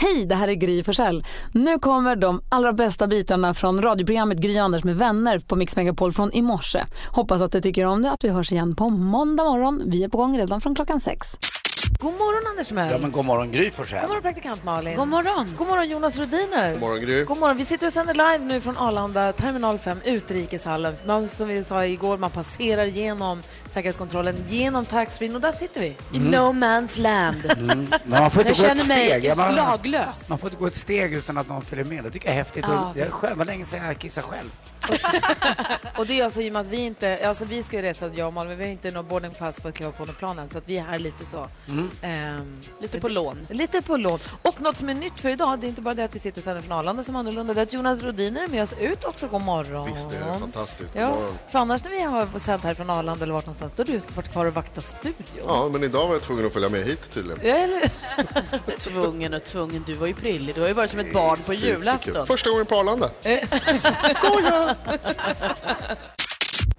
Hej, det här är Gry Forssell. Nu kommer de allra bästa bitarna från radioprogrammet Gry Anders med vänner på Mix Megapol från i morse. Hoppas att du tycker om det att vi hörs igen på måndag morgon. Vi är på gång redan från klockan sex. God morgon Anders Mell. Ja, men god morgon Gry God Forssell. morgon praktikant Malin. God morgon. God morgon Jonas Rhodiner. God morgon, Gry. God morgon. Vi sitter och sänder live nu från Arlanda terminal 5, utrikeshallen. Man, som vi sa igår, man passerar genom säkerhetskontrollen, genom taxfree och där sitter vi. I no man's land. Men man får Jag inte gå känner Mm. ett steg. mig Ja, man, laglös. man får inte gå ett steg utan att någon följer med. Det tycker jag är häftigt. Ja, och det är skönt. Det var länge sedan jag kissade själv. Och det är alltså i och med att vi inte, alltså vi ska ju resa jag och Malin, men vi har inte något boarding pass för att kliva på något plan än, så att vi är här lite så. Mm. ehm, Lite på lån. lite på lån. Och något som är nytt för idag, det är inte bara det att vi sitter och sänder från Arlanda som är annorlunda, det är att Jonas Rhodiner är med oss ut också. God morgon. Visst, det är fantastiskt. God Ja, morgon. för annars när vi har sänt här från Arlanda eller vart någonstans, då har du varit kvar och vaktat studion. Ja, men idag var jag tvungen att följa med hit tydligen. Eller? Tvungen och tvungen. Du var ju prillig. Du har ju varit som ett barn på Superkul. julafton. Eh. Första gången på Arlanda.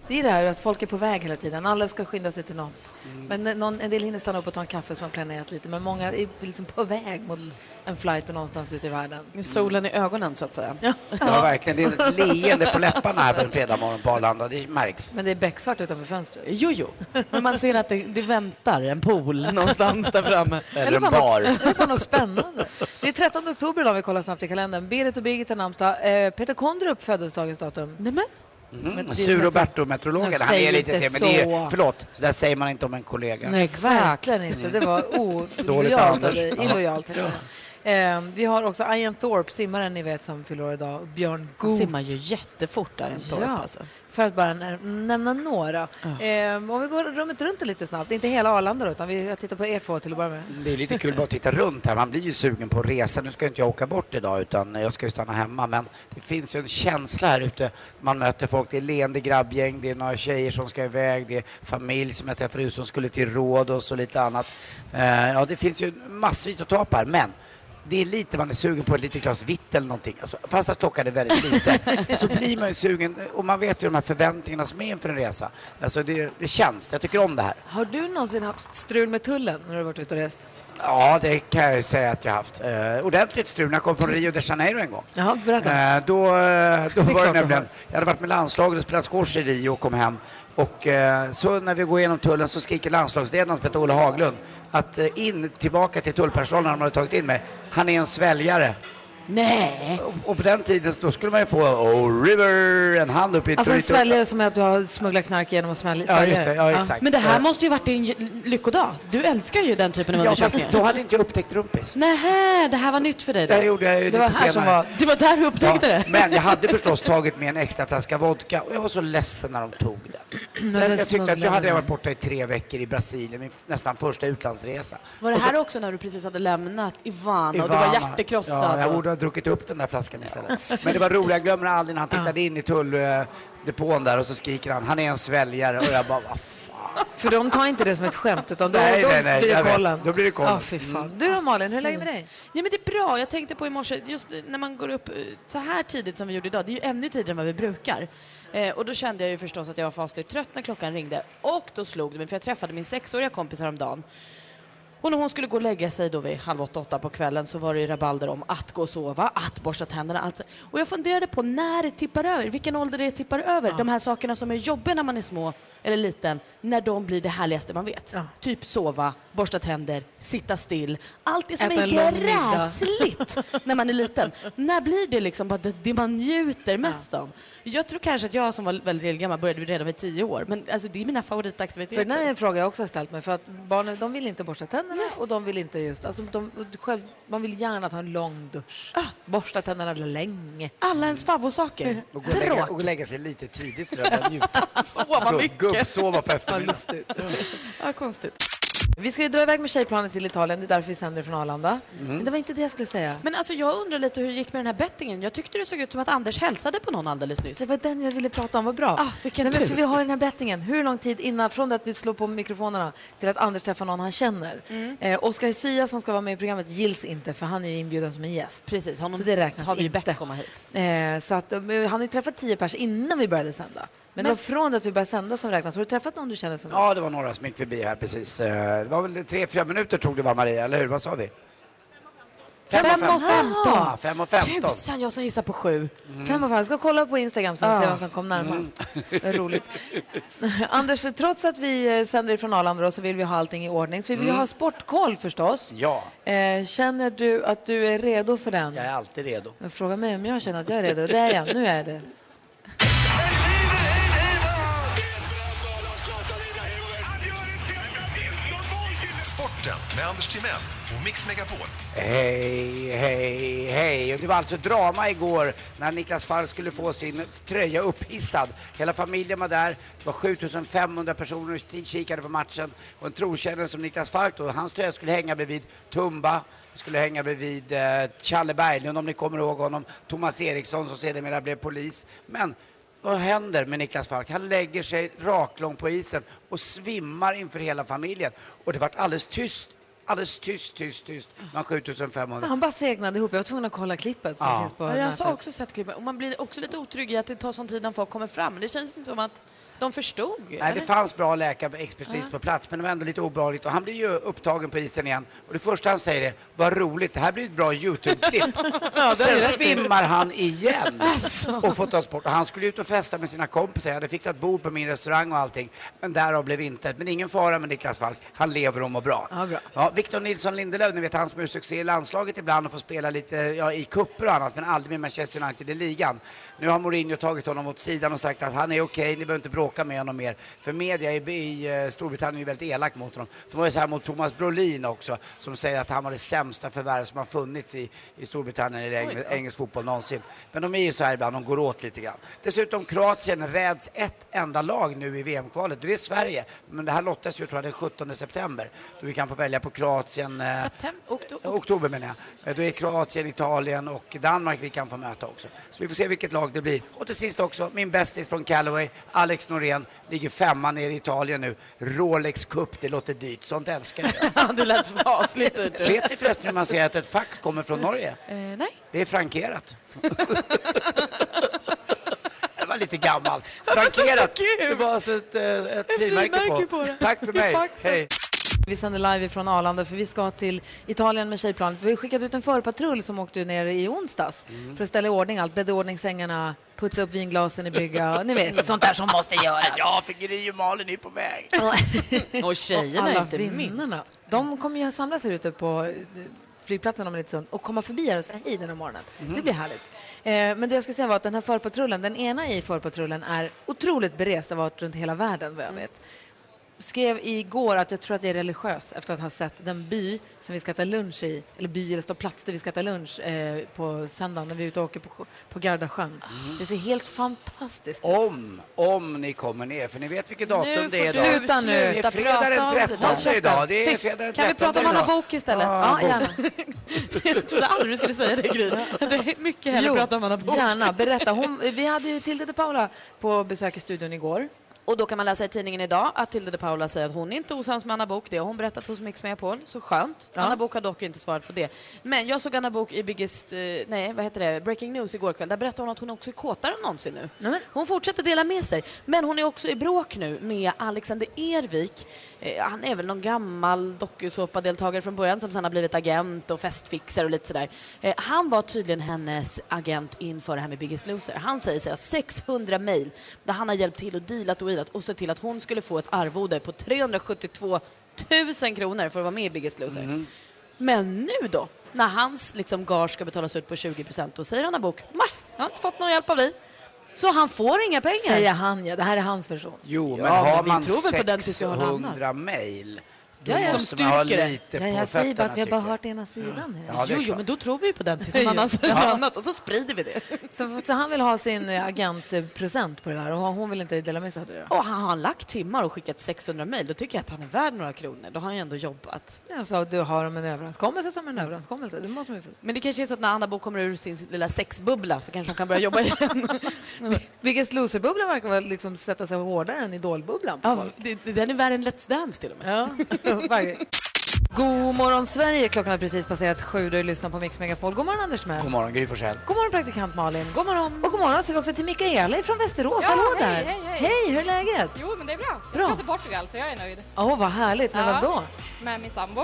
Det är det här att folk är på väg hela tiden. Alla ska skynda sig till något. Men Mm. eh, någon, en del hinner stanna upp och ta en kaffe som man planerat lite. Men många är liksom på väg mot en flight någonstans ute i världen. Solen i ögonen så att säga. Ja, verkligen. Det är ett leende på läpparna här på en fredagmorgon på Arlanda. Det märks. Men det är becksvart utanför fönstret. Jo, jo. Men man ser att det, det väntar en pool någonstans där framme. Eller en bara något- bar. eller bara något spännande. Det är 13 oktober idag, vi kollar snabbt i kalendern. Berit och Birgit har namnsdag. Eh, Peter Kondrup föddes dagens datum. Nej, men. Mm. det är Sur som Roberto-meteorologen. Jag Han är säger lite inte sen, men det så. är, förlåt, så där säger man inte om en kollega. Nej, exakt. Verkligen inte. Det var Dåligt av olojalt. Anders. av dig. Illojalt. Eh, vi har också Ian Thorpe, simmaren ni vet som fyller år idag. Björn Han Oh. Goop. simmar ju jättefort där en torp Ja, alltså. för att bara nä- nämna några. Eh, om vi går rummet runt lite snabbt, inte hela Arlanda då, utan vi, jag tittar på er två till att börja med. Det är lite kul bara att titta runt här. Man blir ju sugen på att resa. Nu ska inte jag åka bort idag utan jag ska ju stanna hemma. Men det finns ju en känsla här ute. Man möter folk. Det är leende grabbgäng. Det är några tjejer som ska iväg. Det är familj som jag träffade ut som skulle till Rhodos och lite annat. Eh, Ja, det finns ju massvis att ta på här. Men det är lite man är sugen på ett litet glas vitt eller någonting. Alltså, fast att klockan är väldigt lite så blir man ju sugen. Och man vet ju de här förväntningarna som är inför en resa. Alltså det, det känns. Jag tycker om det här. Har du någonsin haft strul med tullen när du har varit ute och rest? Ja, det kan jag ju säga att jag haft. Eh, ordentligt strul när jag kom från Rio de Janeiro en gång. Jaha, berätta. Eh, då eh, då klart var det du nämligen, har. jag hade varit med landslaget och spelat squash i Rio och kom hem. Och eh, så när vi går igenom tullen så skriker landslagsledaren som heter Olle Haglund att eh, in tillbaka till tullpersonalen de hade tagit in mig. Han är en sväljare. Nej. Och, och på den tiden då skulle man ju få oh, river, en hand upp i Alltså en i- sväljare som är att du har smugglat knark genom att svälja Ja, just det. Ja, exakt. Men det här Eh, måste ju varit din lyckodag. Du älskar ju den typen av ja, fast undersökningar. då hade inte jag upptäckt rumpis. Nej, det här var nytt för dig Det här då. gjorde jag ju Det var lite här senare. som var Det var där du upptäckte Ja, det. Men jag hade förstås tagit med en extra flaska vodka och jag var så ledsen när de tog den. den Men jag tyckte att smugglade jag hade den. varit borta i tre veckor i Brasilien, min f- nästan första utlandsresa. Var det här också när du precis hade lämnat Ivana, och du var Ivana. hjärtekrossad? Ja, jag och- borde ha druckit upp den där flaskan istället. Men det var roligt, jag glömmer aldrig när han tittade in i tulldepån där och så skriker han, han är en sväljare och jag bara, vad fan. För de tar inte det som ett skämt, utan då, Nej, då, nej, nej, blir jag det vet. kollen. Då blir det kollen. Ja, fy fan. Du då Malin, hur är läget med dig? Ja, men det är bra. Jag tänkte på i morse, just när man går upp eh, så här tidigt som vi gjorde idag, det är ju ännu tidigare än vad vi brukar. Eh, och då kände jag ju förstås att jag var fasligt trött när klockan ringde. Och då slog det mig, för jag träffade min sexåriga kompis häromdagen. Och när hon skulle gå och lägga sig då vid halv åtta, åtta på kvällen så var det ju rabalder om att gå och sova, att borsta tänderna, allt. så- Och jag funderade på när det tippar över, vilken ålder det tippar över. De här sakerna som är jobbiga när man är små eller liten, när de blir det härligaste man vet. Ja. Typ sova, borsta tänder, sitta still. Allt det som Äta är en lång middag. gräsligt när man är liten. När blir det liksom bara det, det man njuter mest av? Jag tror kanske att jag som var väldigt gammal började redan vid tio år, men alltså, det är mina För favoritaktiviteter. den här frågan jag också har ställt mig, för att barnen de vill inte borsta tänderna och de vill inte just, alltså de, själv, man vill gärna ta en lång dusch, Ah. borsta tänderna länge. Alla ens favvosaker. Och gå och lägga, och Tråkigt. gå och lägga sig lite tidigt så där, bara njuta. Sova mycket. Gubbsova på eftermiddagen. Ja, konstigt. Vi ska ju dra iväg med tjejplanet till Italien, det är därför vi sänder från Arlanda. Mm. Men det var inte det jag skulle säga. Men alltså jag undrar lite hur det gick med den här bettingen. Jag tyckte det såg ut som att Anders hälsade på någon alldeles nyss. Det var den jag ville prata om, vad bra. Ah, vilken Nej, men tur. för vi har ju den här bettingen. Hur lång tid innan, från det att vi slår på mikrofonerna till att Anders träffar någon han känner. Mm. Eh, Oscar Sia som ska vara med i programmet gills inte för han är ju inbjuden som en gäst. Precis, honom så det räknas har vi ju inte. bett komma hit. Eh, så att, eh, han har ju träffat tio pers innan vi började sända. Men det var från det att vi började sända som räknas. Har du träffat någon du känner sen Ja, det var några som gick förbi här precis. Eh, Det var väl tre, fyra minuter tog det var Maria, eller hur? Vad sa vi? Fem och Fem och femton. Ja, Fem och femton. Tusan, jag som gissar på sju. Fem och fem. Jag ska kolla på Instagram sen och se vem som kom närmast. Det är roligt. Anders, trots att vi eh, sänder från Arlanda då, så vill vi ha allting i ordning. Så vi vill ju ha sportkoll förstås. Ja. Eh, känner du att du är redo för den? Jag är alltid redo. Fråga mig om jag känner att jag är redo. Det är jag. Nu är jag det. Sporten med Anders Timell och Mix Megapol. Hej, hej, hej. Och Det var alltså drama igår när Niklas Fall skulle få sin tröja upphissad. Hela familjen var där. Det var 7500 personer som kikade på matchen. Och en trotjänare som Niklas Falk då, hans tröja skulle hänga bredvid Tumba, skulle hänga bredvid eh, Challe Berglund om ni kommer ihåg honom, Thomas Eriksson som sedermera blev polis. Men vad händer med Niklas Falk? Han lägger sig raklång på isen och svimmar inför hela familjen. Och det vart alldeles tyst Alldeles tyst, tyst, tyst. Man 7500. Han bara segnade ihop. Jag var tvungen att kolla klippet som Ja. finns på Ja, jag nätet. har också sett klippet. Och man blir också lite otrygg i att det tar sån tid när folk kommer fram. Men Det känns inte som att de förstod. Nej, eller? det fanns bra läkarexpertis på plats, men det var ändå lite obehagligt. Och han blir ju upptagen på isen igen. Och det första han säger är, vad roligt, det här blir ett bra YouTube-klipp. Och Sen svimmar han igen Alltså. och får tas bort. Och han skulle ut och festa med sina kompisar. Jag hade fixat bord på min restaurang och allting. Men därav blev inte. Men ingen fara med Niklas Falk. Han lever och mår bra. Ja, bra. Ja, Victor Nilsson Lindelöf, ni vet han som gör succé i landslaget ibland och får spela lite ja, i cuper och annat, men aldrig med Manchester United i ligan. Nu har Mourinho tagit honom åt sidan och sagt att han är okej, ni behöver inte bråka med honom mer. För media i, i eh, Storbritannien är väldigt elak mot honom. De var ju så här mot Thomas Brolin också, som säger att han var det sämsta förvärv som har funnits i, i Storbritannien eller eng, engelsk fotboll någonsin. Men de är ju så här ibland, de går åt lite grann. Dessutom Kroatien räds ett enda lag nu i VM-kvalet och det är Sverige. Men det här lottas ju tror jag den 17 september då vi kan få välja på Kroatien. eh, September, oktober. eh, Oktober menar jag. Eh, Då är Kroatien, Italien och Danmark vi kan få möta också. Så vi får se vilket lag det blir. Och till sist också, min bästis från Callaway, Alex Norén, ligger femma nere i Italien nu. Rolex Cup, det låter dyrt. Sånt älskar jag. du lät fasligt dyrt ut. Vet ni förresten hur man säger att ett fax kommer från Norge? Eh, nej. Det är frankerat. Det var lite gammalt. Frankerat. så kul! Det var alltså ett, eh, ett frimärke frimärke på på. det. Tack för I mig. faxen. Hej. Vi sänder live från Arlanda för vi ska till Italien med tjejplanet. Vi har ju skickat ut en förpatrull som åkte ner i onsdags för att ställa i ordning allt. Bädda i ordning sängarna, putsa upp vinglasen i brygga och ni vet, sånt där som måste göras. Ja, för Gry och Malin är på väg. Och tjejerna alla inte minst. vinnarna. De kommer ju samlas här ute på eh, flygplatsen om en liten stund och komma förbi här och säga hej den här morgonen. Mhm. Det blir härligt. Eh, men det jag skulle säga var att den här förpatrullen, den ena i förpatrullen är otroligt berest, har varit runt hela världen vad jag Mm. vet. Skrev igår att jag tror att jag är religiös efter att ha sett den by som vi ska äta lunch i, eller by eller stå plats där vi ska äta lunch eh, på söndagen när vi är ute och åker på, på Gardasjön. Mm. Det ser helt fantastiskt ut. Om, om ni kommer ner, för ni vet vilket datum Nu det är får idag. du sluta nu. Det är fredag prata om det den där. 13 idag. Det är fredag den 13 Kan vi prata om idag. Anna Bok istället? Ja, gärna. jag trodde aldrig du skulle säga det, Gry. Att du mycket hellre pratar om Anna Bok. Gärna, berätta. Hon, vi hade ju Tilde de Paula på besök i studion igår. Och då kan man läsa i tidningen idag att Tilde de Paula säger att hon är inte osams med Anna Bok. Det har hon berättat hos Mix Megapol, så skönt. Anna Bok har dock inte svarat på det. Men jag såg Anna Bok i Biggest, eh, nej vad heter det, Breaking News igår kväll. Där berättade hon att hon också är kåtare än någonsin nu. Nämen. Hon fortsätter dela med sig. Men hon är också i bråk nu med Alexander Ervik. Eh, han är väl någon gammal dokusåpadeltagare från början som sen har blivit agent och festfixare och lite sådär. Eh, han var tydligen hennes agent inför det här med Biggest Loser. Han säger sig ha 600 mejl där han har hjälpt till och dealat och dealat och sett till att hon skulle få ett arvode på 372 000 kronor för att vara med i Biggest Loser. Men nu då, när hans liksom, gage ska betalas ut på 20 procent, då säger Anna Bok, "Nej, jag har inte fått någon hjälp av dig. Så han får inga pengar. Säger han ja, det här är hans version. Jo, men Ja, har men vi man tror väl på den tills vi har landat. 600 mejl, Då Ja, ja. måste Som man ha styrker det. lite Ja, på jag säger bara fötterna, att vi har bara tycker jag. hört ena sidan. i det här. Ja, det är jo, jo, klart. men då tror vi på den tills någon annan säger något annat och så sprider vi det. Så, så han vill ha sin eh, agentprocent på det där och hon vill inte dela med sig av det. Då. Och har han lagt timmar och skickat 600 mejl, då tycker jag att han är värd några kronor. Då har han ju ändå jobbat. Jag sa att du har om en överenskommelse som en överenskommelse. Det måste man ju få. Men det kanske är så att när Anna Bo kommer ur sin lilla sexbubbla så kanske hon kan börja jobba igen. Vilket loserbubblan verkar vara liksom sätta sig hårdare än idolbubblan. på ja, folk. det, det- den är värre än Let's Dance till och med. Verkligen. God morgon Sverige, klockan har precis passerat sju. Du lyssnar på Mix Megapol. God morgon Anders Mell. God morgon, Gry Forssell. God morgon praktikant Malin. God morgon. Och god morgon säger vi också till Mikaela från Västerås. Hallå hej, där. hej, hej. hur är läget? Jo, men det är bra. Bra. Jag ska till Portugal så jag är nöjd. Åh, vad härligt. Men Ja. vadå? Med min sambo.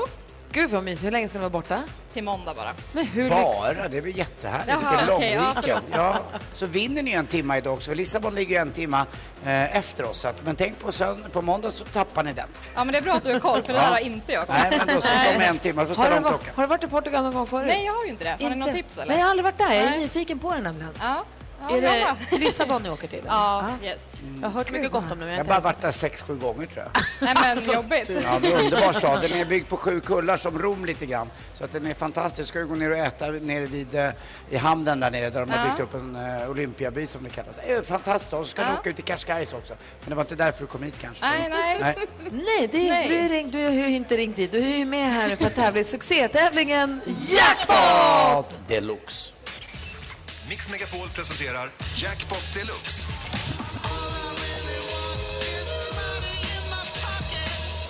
Gud vad mysigt. Hur länge ska ni vara borta? Till måndag bara. Men hur lyx... Bara? Det är väl jättehärligt. Jaha, Vilken lång okej, ja, weekend. Ja, så vinner ni en timme idag också. för Lissabon ligger ju en timme eh, efter oss. Så att, men tänk på sönd- på måndag så tappar ni den. Ja, men det är bra att du har koll för det Ja. där har inte jag koll Nej, men då så. De är en timme. Då får Har ställa du, om varit, klockan. har du varit i Portugal någon gång förut? Nej, jag har ju inte det. Har ni något tips eller? Nej, jag har aldrig varit där. Jag är Nej. nyfiken på det nämligen. Ja. Ja, Är ja. det Lissabon ni åker till? eller? Ja, yes. Mm. Jag har hört mycket gott om det, men jag Jag har har inte bara varit där sex, sju gånger tror jag. Nej, men jobbigt. Ja, det är en underbar stad. Den är byggd på sju kullar som Rom lite grann. Så att den är fantastisk. Ska vi gå ner och äta nere vid, eh, i hamnen där nere där de har byggt upp en eh, olympiaby som det kallas. Eh, fantastiskt. Och så ska du åka ut till Cascais också. Men det var inte därför du kom hit kanske. Nej, nej. Nej, det är, Nej. Du, är ring, du är ju inte ringt dit. Du är ju med här för att tävla i succétävlingen Jackpot! Mat deluxe. Mix Megapol presenterar Jackpot Deluxe.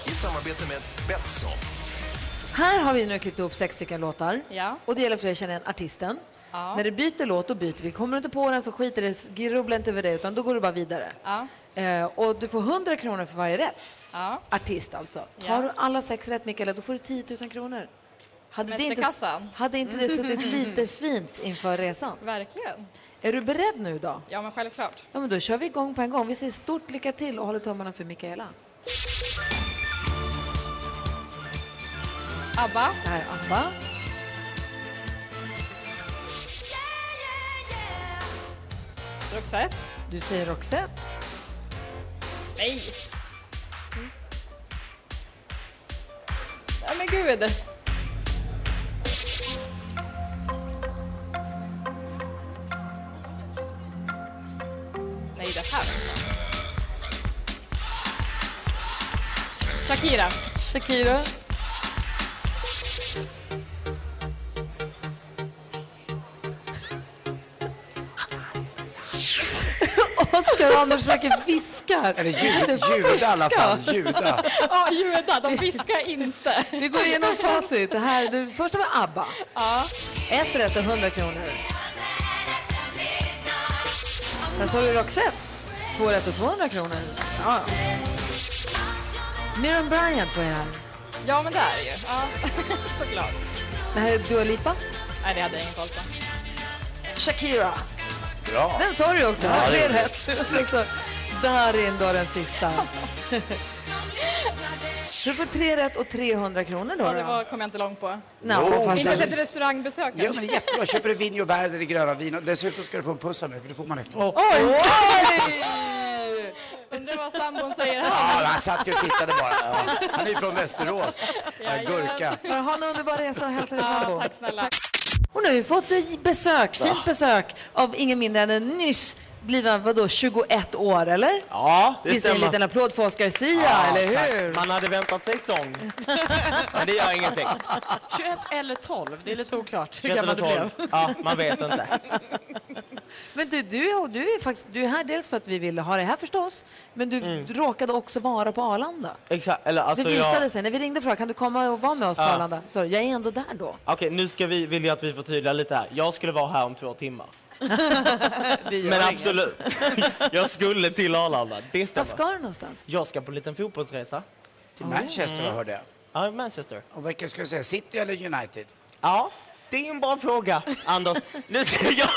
I samarbete med Betsson. Här har vi nu klippt ihop sex stycken låtar. Ja. Och det gäller för dig att känna igen artisten. Ja. När du byter låt, då byter vi. Kommer du inte på den så skiter det, grubbla inte över det, utan då går du bara vidare. Ja. Eh, och du får 100 kronor för varje rätt. Ja. Artist alltså. Tar Ja. du alla sex rätt, Mikaela, då får du 10 000 kronor. Hade det, inte, Semesterkassan. Mm. hade inte det suttit lite fint inför resan? Verkligen. Är du beredd nu då? Ja, men självklart. Ja, men då kör vi igång på en gång. Vi säger stort lycka till och håller tummarna för Mikaela. ABBA. Det här är Abba. Roxette. Du säger Roxette. Nej. Ja, men gud. Nej, det här. Shakira. Shakira. Oskar och Anders försöker viska. Eller ljud, ljud i alla fall. Ljuda. Ja, judar. De viskar inte. Vi går igenom facit. Det här, det första var ABBA. Ett rätt och 100 kronor. Sen så har du Roxette. Två rätt och 200 kronor. Ja. Miriam Bryant var det här. Ja, men det är det ju. Ja, såklart. Det här är Dua Lipa. Nej, det hade jag ingen koll på. Shakira. Bra. Den sa du ju också. Fler rätt. Och så Darin då den sista. Så du får tre rätt och 300 kronor då. Ja, det då. var, kom jag inte långt på. Alltså, Nej, Jo, fast Inte ens den- ett restaurangbesök Ja, kanske. men det är jättebra. Köper du Vinjo Verde i gröna vin och dessutom ska du få en puss av mig för det får man efteråt. Oj! Undrar vad sambon säger Ja, här. han satt ju och tittade bara. Ja. Han är ju från Västerås. Ja, gurka. Bara Ha en underbar resa och hälsa din sambo. Ja, tack snälla. Och nu har vi fått ett besök, fint besök av ingen mindre än en nyss blivna, vadå, 21 år eller? Ja, det Vi säger en stämmer. liten applåd för Oscar Sia, eller hur? Man hade väntat sig sång. Men det gör ingenting. 21 eller 12, det är lite oklart hur Vet gammal du eller blev. tolv? Ja, man vet inte. Men du, du, är- du är faktiskt du är här dels för att vi ville ha dig här förstås, men du råkade också vara på Arlanda. Exakt, eller Det Mm. alltså visade jag... sig, när vi ringde och frågade kan du komma och vara med oss på Arlanda? Så jag är ändå där då. Okej, nu ska vi, vill jag att vi förtydligar lite här. Jag skulle vara här om två timmar. Det gör Men inget. absolut, jag skulle till Arlanda. Det Var stämmer. ska du någonstans? Jag ska på en liten fotbollsresa. Till Manchester hörde jag. Ja, Manchester. Och vilka ska jag säga? City eller United? Ja, det är en bra fråga, Anders. Nu ska jag...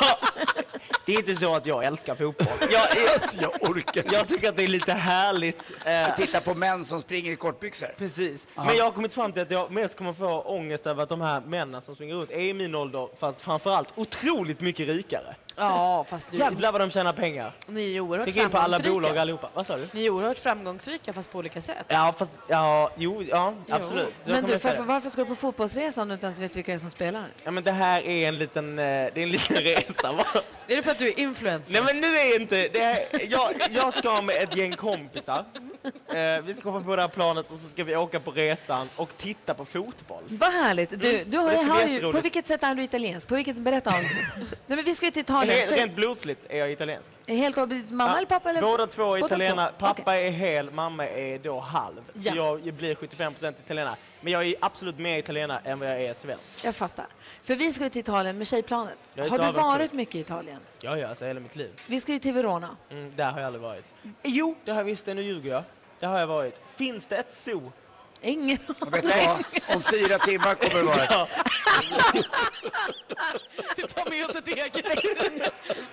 Det är inte så att jag älskar fotboll. Jag, Yes, jag orkar inte. jag tycker att det är lite härligt. eh, Titta på män som springer i kortbyxor. Precis. Men jag har kommit fram till att jag mest kommer få ångest över att de här männen som springer runt är i min ålder, fast framförallt otroligt mycket rikare. Ja, fast du, Jävlar vad de tjänar pengar. ni är oerhört Fick in på alla framgångsrika. bolag allihopa. Vad sa du? Ni är oerhört framgångsrika fast på olika sätt. Ja, fast, ja, jo, ja, Jo. absolut. Jag Men kommer du, att säga för, det. varför ska du på fotbollsresa om du inte ens vet vilka det är som spelar? Ja, men det här är en liten, eh, det är en liten resa. va? Är det för att du är influencer? Nej, men nu är jag inte... Det är, jag, jag ska med ett gäng kompisar. Eh, vi ska komma på det här planet och så ska vi åka på resan och titta på fotboll. Vad härligt. Du, Mm, du och har, det jag ska har bli ju, på jätteroligt. vilket sätt är du italiensk? På vilket, berätta om. Nej, men vi ska ju till Italien. Helt, Tjej, rent blodsligt är jag italiensk. helt av mamma Ja, eller pappa? Eller? Båda två är Båda italienare. två. Pappa är hel, mamma är då halv. Ja. Så jag blir 75 italienare. Men jag är absolut mer italienare än vad jag är svensk. Jag fattar. För vi ska ju till Italien med Tjejplanet. Jag är Har så du avundsjuk. varit mycket i Italien? Ja, ja, alltså hela mitt liv. Vi ska ju till Verona. Mm, där har jag aldrig varit. Jo, det har jag visst. Nu ljuger jag. Det har jag varit. Finns det ett zoo? Ingen Vet du vad? Om fyra timmar kommer det vara ett. Vi tar med oss ett eget.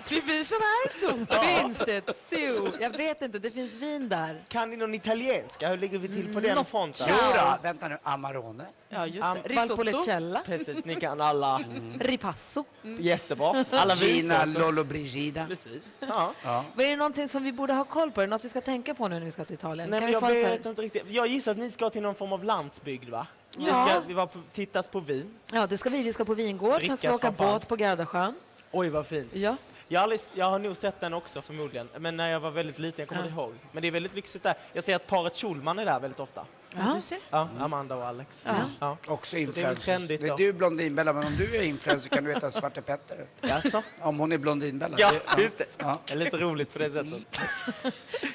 Det är vi som är så. Finns det ett zoo? Jag vet inte, det finns vin där. Kan ni någon italienska? Hur ligger vi till på den Noccia. fronten? Jodå, vänta nu, Amarone. Ja, just det. Risotto. Valpolicella, Precis, ni kan alla ripasso. jättebra. Alla Gina visor. Lollobrigida. Precis. Ja. Vad Är det någonting som vi borde ha koll på? Är det något vi ska tänka på nu när vi ska till Italien? Nej, kan men vi jag få ett så vet här... inte riktigt. Jag gissar att ni ska till någon form av landsbygd, va? Ni Ja. ska, vi var på, tittas på vin. Ja, det ska vi. Vi ska på vingård, sen ska vi Drickas åka som fan. båt på Gardasjön. Oj, vad fint. Ja. Jag har, aldrig, jag har nog sett den också förmodligen, men när jag var väldigt liten, jag kommer inte ihåg. Men det är väldigt lyxigt där. Jag ser att paret Schulman är där väldigt ofta. Ja, du ser. Ja, Amanda och Alex. Mm. Ja. Också Så det är väl influencers. trendigt Det är då. du Blondinbella, men om du är influencer kan du heta Svarte Petter. Jaså? Om hon är Blondinbella. Ja, alltså? Det- just det. Ja. Det är lite roligt på det sättet.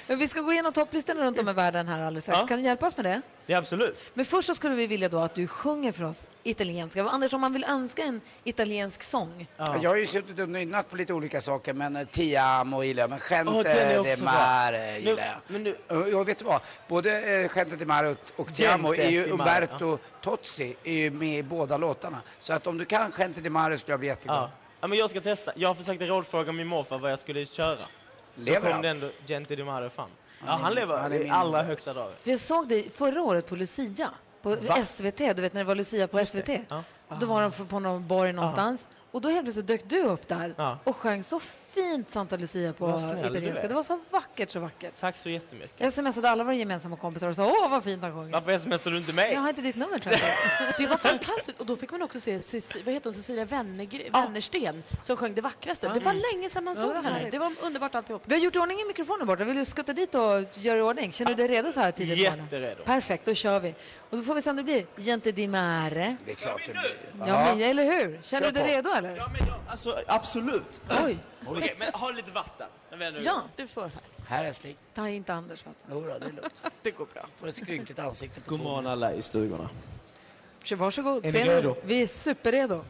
Men vi ska gå igenom topplistorna runt om i världen här alldeles strax. Ja. Kan du hjälpa oss med det? Ja, absolut. Men först så skulle vi vilja då att du sjunger för oss italienska. Anders, om man vill önska en italiensk sång. Jag har ju suttit och nynnat på lite olika saker, men eh, Ti amo gillar jag, men Åh, den är Gente också de bra. Mare Men- eh, gillar jag. men du- Och- och vet du vad? Både eh, Gente de Mare och- och Ti amo Gente är ju di Mare, Umberto Tozzi är ju med i båda låtarna. Så att om du kan Gente de Mare skulle jag bli jätteglad. Ja. ja, men jag ska testa. Jag försökte rådfråga min morfar vad jag skulle köra. Då Lever kom han? det ändå Gente Di Mare fram. Ja, han han lever är i min allra morfar. högsta dagar. För jag såg dig förra året på Lucia på SVT. Du vet när det var Lucia på SVT. Ja. Då var de på någon borg någonstans. Och då helt plötsligt dök du upp där Ja. och sjöng så fint Santa Lucia på Vad snäll du italienska. är. Det var så vackert, så vackert. Tack så jättemycket. Jag smsade alla våra gemensamma kompisar och sa åh vad fint han sjunger. Varför smsar du inte mig? Jag har inte ditt nummer tror jag. Det var fantastiskt. Och då fick man också se Ceci- vad heter hon? Cecilia Wennergren, Wennersten som sjöng det vackraste. Det var länge sedan man såg det var henne. härligt. Det var underbart alltihop. Vi har gjort i ordning i mikrofonen borta. Vill du skutta dit och göra i ordning? Känner du dig redo så här tidigt? på morgonen? Jätteredo. Perfekt, då kör vi. Och då får vi se om det blir Gente di Mare. Det är klart det blir. Ja, men, eller hur? Kör Känner du dig på. redo eller? Ja, men jag, alltså, absolut. Oj. Okej, men ha lite vatten. Men väl nu. Ja, Du får. Här älskling. ta inte Anders vatten. Jodå, det är lugnt. Det går bra. Får ett skrynkligt ansikte på God två morgon alla i stugorna. Så Varsågod. Är Se ni nu. redo? Vi är superredo.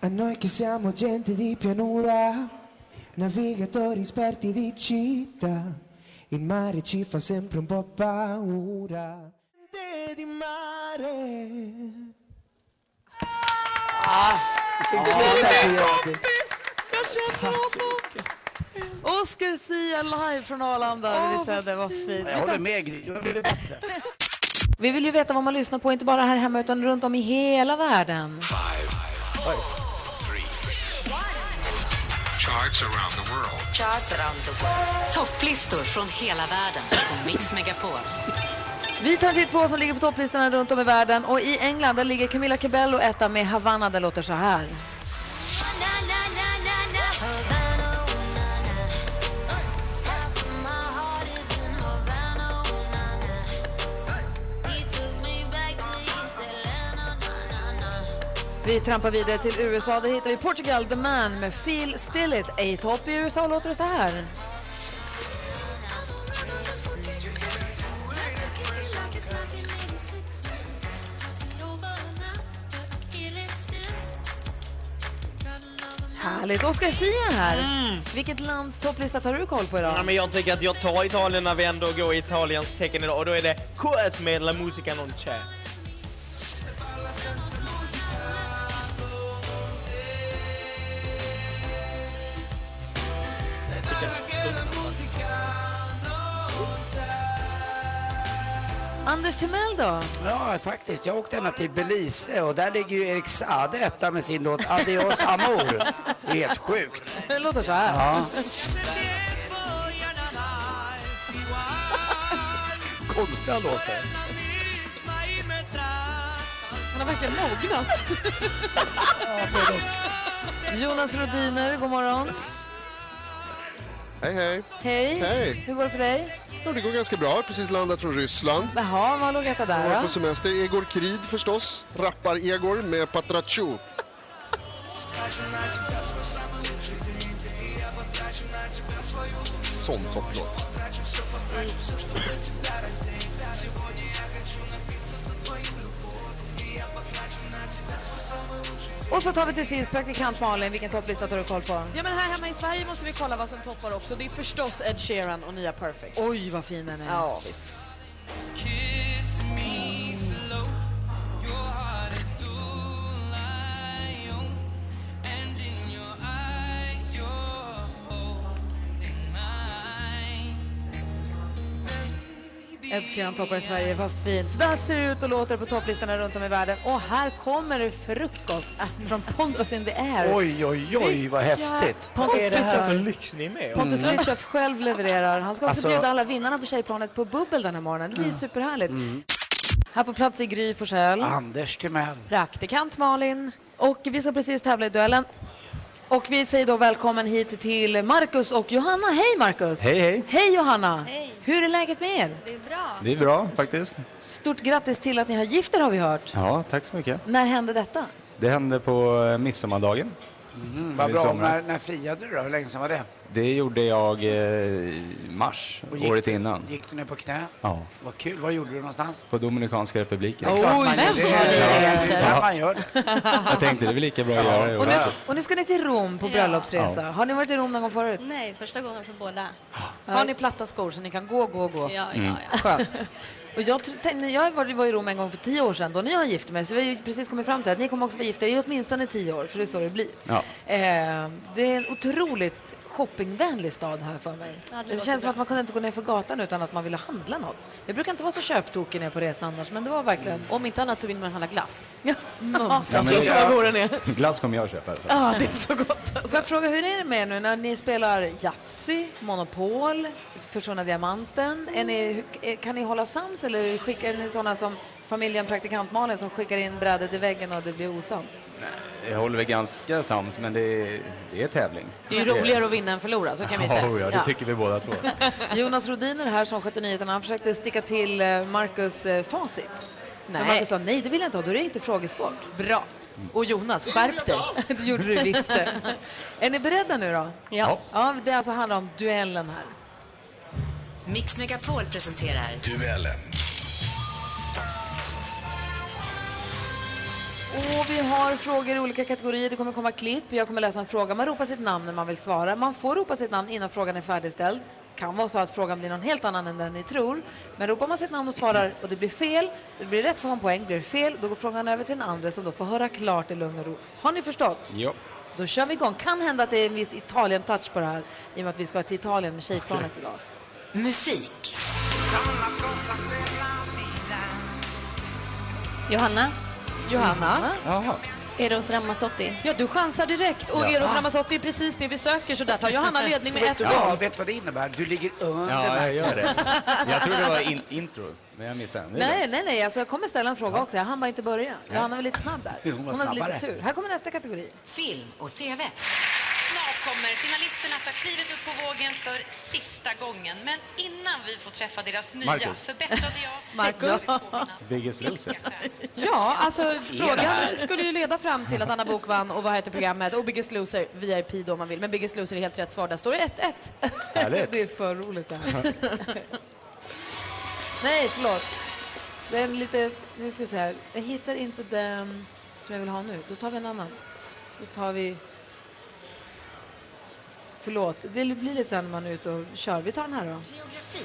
A noi che siamo gente di pianura, navigatori esperti di città, il mare ci fa sempre un po' paura. Gente di mare. Oscar Sia live från Arlanda. vi sände, vad fint. Jag håller med Gry, du har blivit bättre. Vi vill ju veta vad man lyssnar på, inte bara här hemma utan runt om i hela världen. Five, four, three. Charts around the world. Topplistor från hela världen på Mix Megapol. Vi tar en titt på vad som ligger på topplistorna runt om i världen. Och i England där ligger Camilla Cabello etta med Havana. Den låter så här. Vi trampar vidare till USA. Där hittar vi Portugal The Man med Phil Stillett. A-topp i USA låter det så här. Härligt. Oscar Sia här. Vilket lands topplista tar du koll på idag? Ja, men jag tycker att jag tar Italien när vi ändå går i Italiens tecken idag. Och då är det KS med La Musica Non C'è. Anders Timell då? Ja, faktiskt. Jag åkte ända till Belize och där ligger ju Erik Saade etta med sin låt Adios Amor. Det är helt sjukt. Det låter så här. Ja. Konstiga låtar. Han har verkligen mognat. Jonas Rodiner, god morgon. Hej, hej. Hej. Hej. Hur går det för dig? Ja, det går ganska bra. Jag har precis landat från Ryssland. Jaha, vad låg detta Jag där var då? på semester. Egor Krid förstås. Rappar-Egor med Patrachu. Sån topplåt. Och så tar vi till sist praktikant Malin. Vilken topplista tar du koll på? Ja, men här hemma i Sverige måste vi kolla vad som toppar också. Det är förstås Ed Sheeran och nya Perfect. Oj, vad fin den är. Ja, visst. Ed Sheeran toppar i Sverige, vad fint. Så där ser det ut och låter det på topplistorna runt om i världen. Och här kommer det frukost från Pontus in the air. Oj, oj, oj, vad häftigt. Pontus Vad är det här Fritzson. för lyx ni är med om? Mm. Pontus Fritiof själv levererar. Han ska också Alltså- bjuda alla vinnarna på tjejplanet på bubbel den här morgonen. Det blir ju superhärligt. Mm. Här på plats är Gry Forssell. Ah. Anders Timell. Praktikant Malin. Och vi ska precis tävla i duellen. Och vi säger då välkommen hit till Marcus och Johanna. Hej Marcus! Hej, hej. Hej Johanna! Hur är läget med er? Det är bra faktiskt. Stort grattis till att ni har gift er har vi hört. Ja, tack så mycket. När hände detta? Det hände på eh, midsommardagen. Mm, vad I bra. somras. När, när friade du då? Hur länge sedan var det? Det gjorde jag eh, i mars, Och gick året du- innan. Gick du ner på knä? Ja, Vad kul. Vad gjorde du någonstans? på Dominikanska republiken. Det är klart man gör det. Det är klart Ja, man gör det. jag tänkte det är väl lika bra att göra det. Och nu, och nu ska ni till Rom på bröllopsresa. Har ni varit i Rom någon gång förut? Nej, första gången för båda. Har ni platta skor så ni kan gå, gå, gå? Ja, ja, Mm. ja. Skönt. Och jag, tr- tänkte- jag var, var i Rom en gång för tio år sedan då när jag gifte mig. Så vi har ju precis kommit fram till att ni kommer också vara gifta i åtminstone tio år, för det är så det blir. Ja. Eh, det är en otroligt shoppingvänlig stad här för mig. Ja, det det låter känns som bra. att man kunde inte gå ner för gatan utan att man ville handla något. Jag brukar inte vara så köptokig när jag är på resa annars, men det var verkligen... Om inte annat så vill man handla glass. Ja. Mums, Ja, alltså. men- Vad god den är. Glass kommer jag köpa. i alla fall. Ja, det är så gott. Får jag fråga, hur är det med er nu när ni spelar Yatzy, Monopol, Försvunna Diamanten? Är ni, är- kan ni hålla sams eller skickar är ni sådana som familjen Praktikant Malin som skickar in brädet i väggen och det blir osams? Jag håller väl ganska sams, men det är, det är tävling. Det är ju roligare att vinna än förlora, så kan vi ju säga. Ja, ja, det tycker vi båda två. Jonas Rodiner här som skötte nyheterna, han försökte sticka till eh, Marcus eh, facit. Men Nej. Marcus sa nej, det vill jag inte ha, då är det inte frågesport. Bra. Och Jonas, skärp dig. det gjorde du visst det. Är ni beredda nu då? Ja. ja det alltså handlar om duellen här. Mix Megapol presenterar... Duellen. Och vi har frågor i olika kategorier. Det kommer komma klipp. Jag kommer läsa en fråga. Man ropar sitt namn när man vill svara. Man får ropa sitt namn innan frågan är färdigställd. Kan vara så att frågan blir någon helt annan än den ni tror. Men ropar man sitt namn och svarar och det blir fel, det blir rätt får man poäng. Blir det fel, då går frågan över till den andra som då får höra klart i lugn och ro. Har ni förstått? Ja. Då kör vi igång. Kan hända att det är en viss Italien-touch på det här i och med att vi ska till Italien med tjejplanet idag. Musik. Johanna? Mm. Johanna? Jaha. Eros Ramazzotti? Ja, du chansar direkt. Och Ja. Eros Ramazzotti är precis det vi söker, så där tar Johanna ledning med Vet 1-0. du vad, vet du vad det innebär? Du ligger under Ja, jag mig. gör det. Jag tror det var in, intro, men jag missade. Det är Nej, nej, nej. Alltså, jag kommer ställa en fråga också. Jag hann bara inte börja. Johanna var lite snabb där. Hon var Hon hade lite snabbare. tur. Här kommer nästa kategori. Film och TV. Snart kommer finalisterna ta klivet upp på vågen för sista gången. Men innan vi får träffa deras nya Marcus. förbättrade jag... Marcus? bra. Biggest loser. Ja, alltså det frågan här? skulle ju leda fram till att Anna Bok vann och vad heter programmet? Och Biggest Loser, VIP då om man vill. Men Biggest Loser är helt rätt svar. Där står det 1-1. Härligt. Det är för roligt det här. Nej, förlåt. Det är lite, nu ska jag säga, här. jag hittar inte den som jag vill ha nu. Då tar vi en annan. Då tar vi... Förlåt, det blir lite så här när man är ute och kör. Vi tar den här då. Geografi.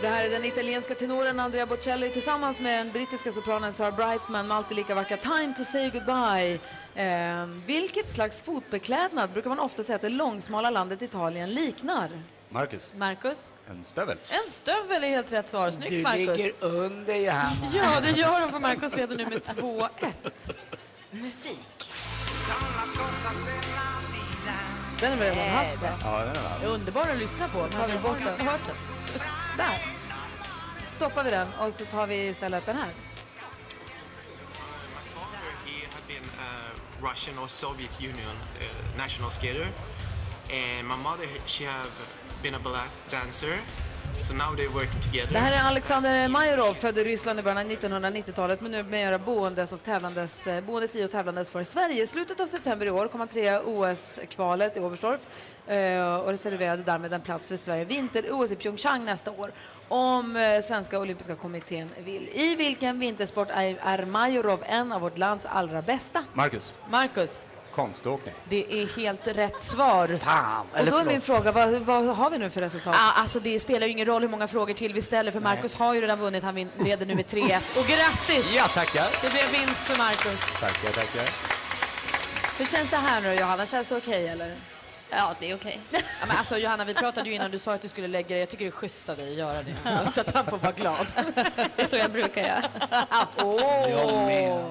Det här är den italienska tenoren Andrea Bocelli tillsammans med den brittiska sopranen Sarah Brightman med alltid lika vackra Time to say goodbye. Eh, vilket slags fotbeklädnad brukar man ofta säga att det långsmala landet Italien liknar? Marcus. Marcus? En stövel. En stövel är helt rätt svar. Du Snyggt, Markus. ligger under Johanna. Ja, det gör de för Markus leder nu med 2-1. Musik. Den har vi Äh, redan haft, va? Ja, den är bra. Det är Underbar att lyssna på. Tar vi bort den? Hört den? Där. Stoppar vi den och så tar vi istället den här. He had been a Eh, Russian or Soviet Union uh, national skater, and my mother she have been a ballet dancer. So now they're working together. Det här är Alexander Majorov, född i Ryssland i början av 1990-talet men nu med boendes, och tävlandes, eh, boendes i och tävlandes för Sverige. I slutet av september i år kom han trea i OS-kvalet i Oberstdorf eh, och reserverade därmed en plats för Sverige vinter-OS i Pyeongchang nästa år om eh, Svenska Olympiska Kommittén vill. I vilken vintersport är, är Majorov en av vårt lands allra bästa? Marcus. Marcus. Konståkning. Det är helt rätt svar. Fan, Och då är min fråga, vad, vad har vi nu för resultat? Ah, alltså det spelar ju ingen roll hur många frågor till vi ställer för Marcus har ju redan vunnit. Han vin- leder nu med 3-1. Och grattis! Ja, tackar. Det blev vinst för Marcus. Tackar, tackar. Hur känns det här nu då, Johanna? Känns det okej eller? Ja, det är okej. Ja, men alltså, Johanna, vi pratade ju innan du sa att du skulle lägga dig. Jag tycker det är schysst av dig att göra det. Så att han får vara glad. Det är så jag brukar göra. Jag med.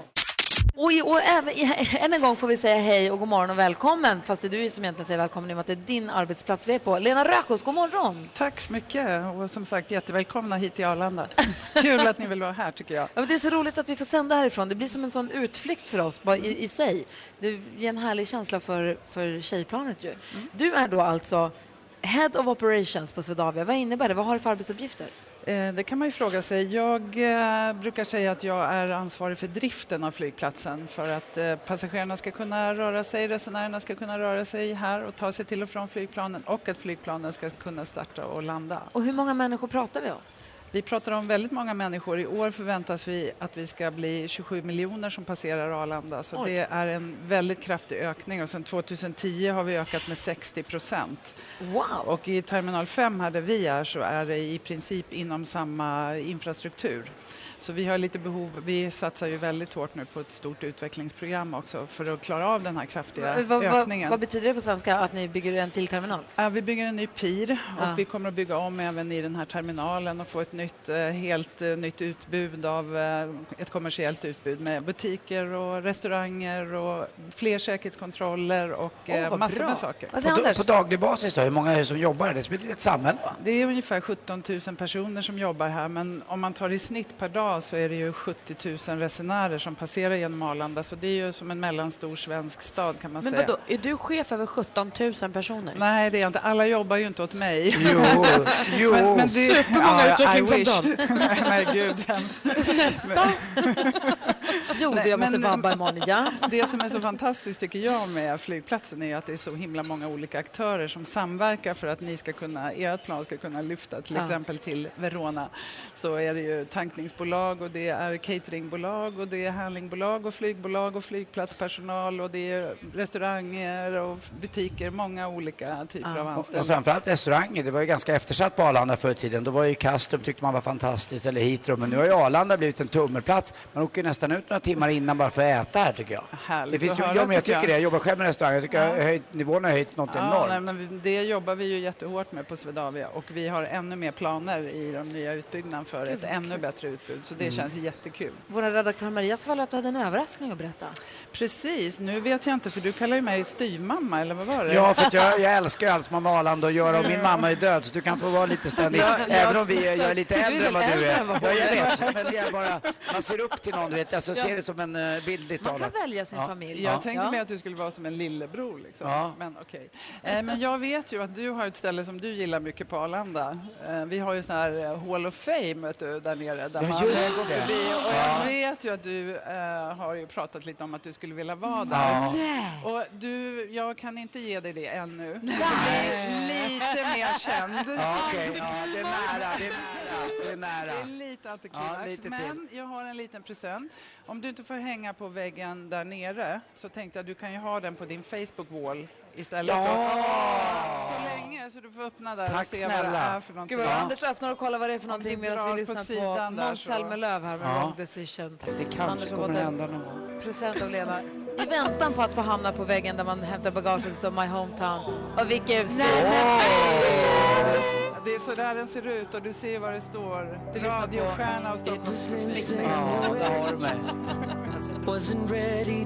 Och, i, och även, i- än en gång får vi säga hej och god morgon och välkommen. Fast det är du som egentligen säger välkommen i och med att det är din arbetsplats vi är på. Lena Rökos, god morgon! Tack så mycket och som sagt jättevälkomna hit till Arlanda. Kul att ni vill vara här tycker jag. Ja, men det är så roligt att vi får sända härifrån. Det blir som en sån utflykt för oss bara i, i sig. Det ger en härlig känsla för, för tjejplanet ju. Mm. Du är då alltså Head of Operations på Swedavia. Vad innebär det? Vad har du för arbetsuppgifter? Eh, Det kan man ju fråga sig. Jag eh, brukar säga att jag är ansvarig för driften av flygplatsen för att eh, passagerarna ska kunna röra sig, resenärerna ska kunna röra sig här och ta sig till och från flygplanen och att flygplanen ska kunna starta och landa. Och hur många människor pratar vi om? Vi pratar om väldigt många människor. I år förväntas vi att vi ska bli 27 miljoner som passerar Arlanda. Så Oj. det är en väldigt kraftig ökning och sedan 2010 har vi ökat med 60 procent. Wow! Och i terminal 5 här där vi är så är det i princip inom samma infrastruktur. Så vi har lite behov, vi satsar ju väldigt hårt nu på ett stort utvecklingsprogram också för att klara av den här kraftiga Vad- vad- ökningen. vad betyder det på svenska att ni bygger en till terminal? Ja, Vi bygger en ny pir och Ja. vi kommer att bygga om även i den här terminalen och få ett nytt, eh, helt eh, nytt utbud av eh, ett kommersiellt utbud med butiker och restauranger och fler säkerhetskontroller och eh, vad massor bra. med saker. på, da- på daglig basis då, hur många är det som jobbar? här? Det är som ett litet samhälle va? Det är ungefär 17 000 personer som jobbar här men om man tar i snitt per dag så är det ju 70 000 resenärer som passerar genom Arlanda så det är ju som en mellanstor svensk stad kan man Men säga. vadå, är du chef över 17 000 personer? Nej, det är jag inte. Alla jobbar ju inte åt mig. Jo, jo. Supermånga utvecklingssamtal. Nej, gud hemskt. Nästa. Jo, Nej, du, Oh, jag måste men- vabba imorgon igen. Det som är så fantastiskt tycker jag med flygplatsen är att det är så himla många olika aktörer som samverkar för att ni ska kunna, ert plan ska kunna lyfta till Ja. exempel till Verona. Så är det ju tankningsbolag och det är cateringbolag och det är handlingbolag och flygbolag och flygplatspersonal och det är restauranger och butiker, många olika typer av Och anställda. framförallt restauranger, det var ju ganska eftersatt på Arlanda förr i tiden. Då var ju Kastrup tyckte man var fantastiskt eller Heathrow, men nu har ju Arlanda blivit en tummelplats. Man åker ju nästan ut några timmar innan bara för att äta här tycker jag. Härligt det finns att ju, höra, ja, men jag tycker jag. tycker det. Jag jobbar själv med restaurang. Jag tycker Ja. jag har höjt, nivån har höjt något Ja, enormt. nej, men det jobbar vi ju jättehårt med på Swedavia och vi har ännu mer planer i den nya utbyggnaden för Gud, ett vad ännu kul. bätts utbud så det Mm. känns jättekul. Vår redaktör Maria sa väl att du hade en överraskning att berätta? Precis, nu vet jag inte för du kallar ju mig styvmamma eller vad var det? Ja, för att jag, jag älskar ju allt som har med Arlanda att göra och min mamma är död så du kan få vara lite ständig. Ja, ja, även om vi är, jag är lite du är äldre än väl vad du äldre är. än vad hon Ja, jag är. vet. Men det är bara, man ser upp till någon, du vet. Alltså, Ja. ser det som en eh, bildligt Man talat. kan välja sin familj. Jag Ja. tänkte Ja. mig att du skulle vara som en lillebror liksom. Ja. Men okej. Eh, Men jag vet ju att du har ett ställe som du gillar mycket på Arlanda. Eh, Vi har ju sån här eh, Hall of Fame vet du, där nere där Ja, man eh, just går det. förbi. Och Ja. jag vet ju att du eh, har ju pratat lite om att du skulle vilja vara där. Ja. Och du, jag jag kan inte ge dig det ännu. Jag är lite mer känd. Ja, okej. Ja, det är nära, det är nära, det är nära. Det är lite antiklimax. Ja, lite till. men jag har en liten present. Om du inte får hänga på väggen där nere så tänkte jag att du kan ju ha den på din Facebook-wall istället. Ja! Så länge, så du får öppna där och Tack se vad det snälla. är för någonting. Gud, vad Anders öppnar och kollar vad det är för någonting du medan drar vi på lyssnar på, sidan där Måns så- Zelmerlöw här med Ja. Wrong Decision. Det kanske har kommer fått en hända någon gång. Present av Lena. I väntan på att få hamna på väggen där man hämtar bagaget står My Hometown. Och vilken fin... Det är så där den ser ut och du ser vad det står. Du lyssnar på- Radiostjärna och Ja, där har du Stockholm. mig.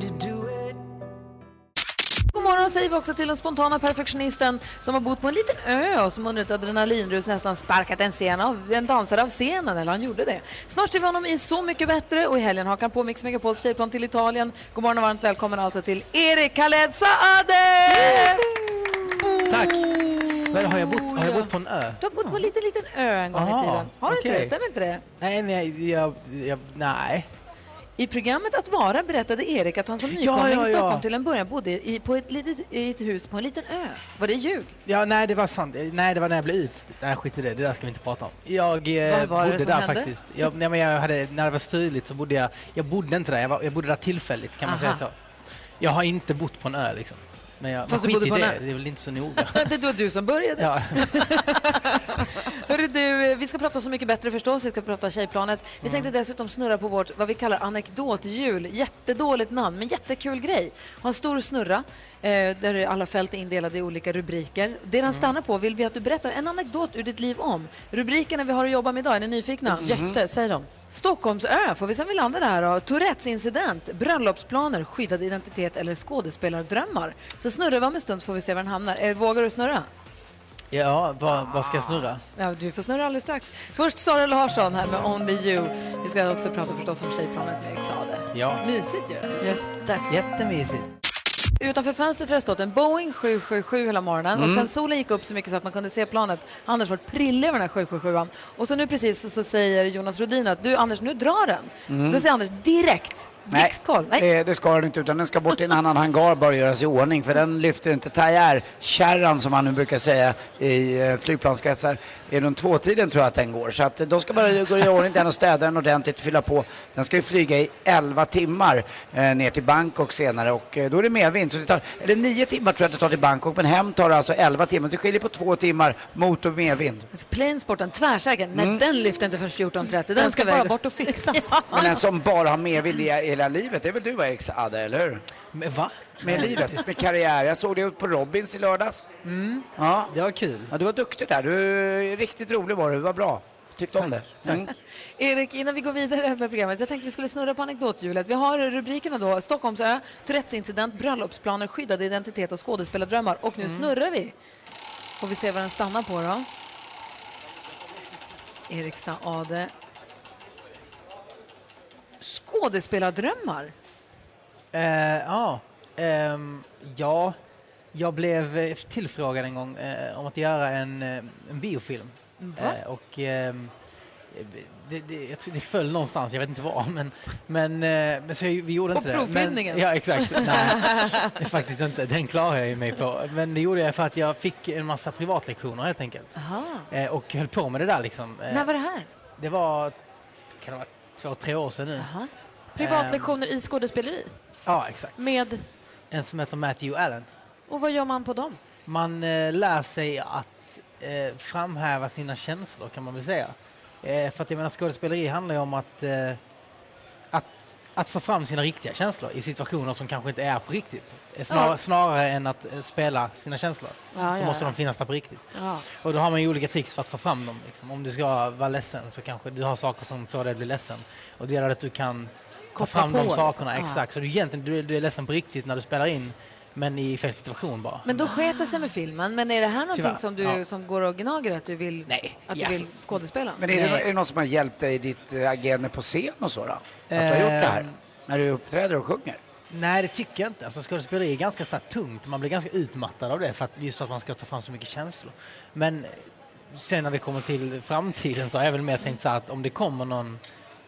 God morgon säger vi också till den spontana perfektionisten som har bott på en liten ö och som under ett adrenalinrus nästan sparkat en, scen av, en dansare av scenen, eller han gjorde det. Snart ser vi honom i Så mycket bättre och i helgen hakar han på Mix Megapols tjejplan till Italien. God morgon och varmt välkommen alltså till Erik Khaled Saade! Tack. Vad är det, har, jag bott, har jag bott på en ö? Du har bott på en liten, liten ö en gång Aha, i tiden. Har du inte det? okej. Stämmer inte det? Nej, nej, jag, jag, nej. I programmet Att vara berättade Erik att han som nykomling ja, i ja. Stockholm till en början bodde i, på ett litet i ett hus på en liten ö. Var det ljug? Ja, nej, det var sant. Nej, det var när jag blev ut. Nej, skit i det. Det där ska vi inte prata om. Jag eh, Vad var det bodde som där hände? faktiskt. Jag, nej, men jag hade, när det var struligt så bodde jag... Jag bodde inte där. Jag, var, jag bodde där tillfälligt, kan man Aha. säga så. Jag har inte bott på en ö liksom. Men, jag, men Fast du skit bodde i på en det. ö? Det är väl inte så noga. det var du som började. Ja. Hörru du, vi ska prata Så mycket bättre förstås, vi ska prata Tjejplanet. Mm. Vi tänkte dessutom snurra på vårt, vad vi kallar anekdothjul. Jättedåligt namn, men jättekul grej. Ha en stor snurra eh, där alla fält är indelade i olika rubriker. Det den Mm. stannar på vill vi att du berättar en anekdot ur ditt liv om. Rubrikerna vi har att jobba med idag, är ni nyfikna? Mm. Jätte, säg dem. Stockholmsö, får vi se om vi landar där då. Tourettes-incident, bröllopsplaner, skyddad identitet eller skådespelardrömmar. Så snurrar vi om en stund så får vi se var den hamnar. Eh, Vågar du snurra? Ja, vad, vad ska jag snurra? Ja, du får snurra alldeles strax. Först Sara Larsson här med Only You. Vi ska också prata förstås om Tjejplanet med Erik Saade. Ja. Mysigt ju. Jätte. Jättemysigt. Utanför fönstret har det stått en Boeing 777 hela morgonen och Mm. sen solen gick upp så mycket så att man kunde se planet. Anders var prillig över den här 777an. Och så nu precis så säger Jonas Rodin att du Anders, nu drar den. Mm. Då säger Anders direkt, Nej, Eh. blixtkoll. Nej. Det, det ska den inte utan den ska bort i en annan hangar bara göras i ordning för den lyfter inte Tajer-kärran som man nu brukar säga i eh, flygplanskretsar. Är runt tvåtiden tror jag att den går så att eh, de ska bara gå i ordning den och städa den ordentligt, fylla på. Den ska ju flyga i 11 timmar eh, ner till Bangkok senare och eh, då är det medvind. Så det tar, eller 9 timmar tror jag att det tar till Bangkok men hem tar det alltså 11 timmar. Så det skiljer på 2 timmar mot och medvind. Planesporten, tvärsäker. Nej, Mm. den lyfter inte förrän 14.30. Den, Den ska ska bara iväg. bort och fixas. Men den som bara har medvind i hela livet, det är väl du Erik Saade, eller hur? Med va? Med livet, med karriär. Jag såg det på Robins i lördags. Mm. Ja. Det var kul. Ja, du var duktig där. Du, riktigt rolig var du. Du var bra. Tyckte om det. Mm. Erik, innan vi går vidare med programmet, jag tänkte vi skulle snurra på anekdothjulet. Vi har rubrikerna då, Stockholmsö, Tourettesincident, bröllopsplaner, skyddad identitet och skådespelardrömmar. Och nu Mm. snurrar vi. Får vi se vad den stannar på då. Erik Saade. Skådespelardrömmar? Eh, ja. Ehm, ja, jag blev eh, tillfrågad en gång eh, om att göra en, eh, en biofilm. Va? Eh, och ehm, det, det, jag tror det föll någonstans, jag vet inte var. Men, men, eh, men så jag, vi gjorde På inte det. Men- provfilmningen? Ja, exakt. Nej, faktiskt inte. Den klarar jag ju mig på. Men det gjorde jag för att jag fick en massa privatlektioner helt enkelt. Aha. Eh, och höll på med det där liksom. Eh, När var det här? det var, kan det vara två, tre år sedan nu. Eh. Privatlektioner i skådespeleri? Ja, exakt. Med? En som heter Matthew Allen. Och vad gör man på dem? Man eh, lär sig att eh, framhäva sina känslor kan man väl säga. Eh, för att jag menar skådespeleri handlar ju om att, eh, att, att få fram sina riktiga känslor i situationer som kanske inte är på riktigt. Eh, snar, Ja. Snarare än att eh, spela sina känslor Ja, så ja, måste ja. de finnas där på riktigt. Ja. Och då har man ju olika tricks för att få fram dem. Liksom. Om du ska vara ledsen så kanske du har saker som får dig att bli ledsen. Och det gäller att du kan ta Koppla fram på, de liksom. sakerna. Ja. Exakt. Så du, egentligen, du, är- du är ledsen på riktigt när du spelar in men i fel situation bara. Men då sket det sig med filmen. Men är det här någonting Tyvärr, som, du, ja. som går och gnager att du vill, att yes. du vill skådespela? Men är det, är det någon som har hjälpt dig i ditt eh, agerande på scen och så då? Att du har gjort Eh. det här? När du uppträder och sjunger? Nej, det tycker jag inte. Alltså, skådespeleri är ganska så här, tungt. Man blir ganska utmattad av det för att, just för att man ska ta fram så mycket känslor. Men sen när det kommer till framtiden så har jag väl mer tänkt så här att om det kommer någon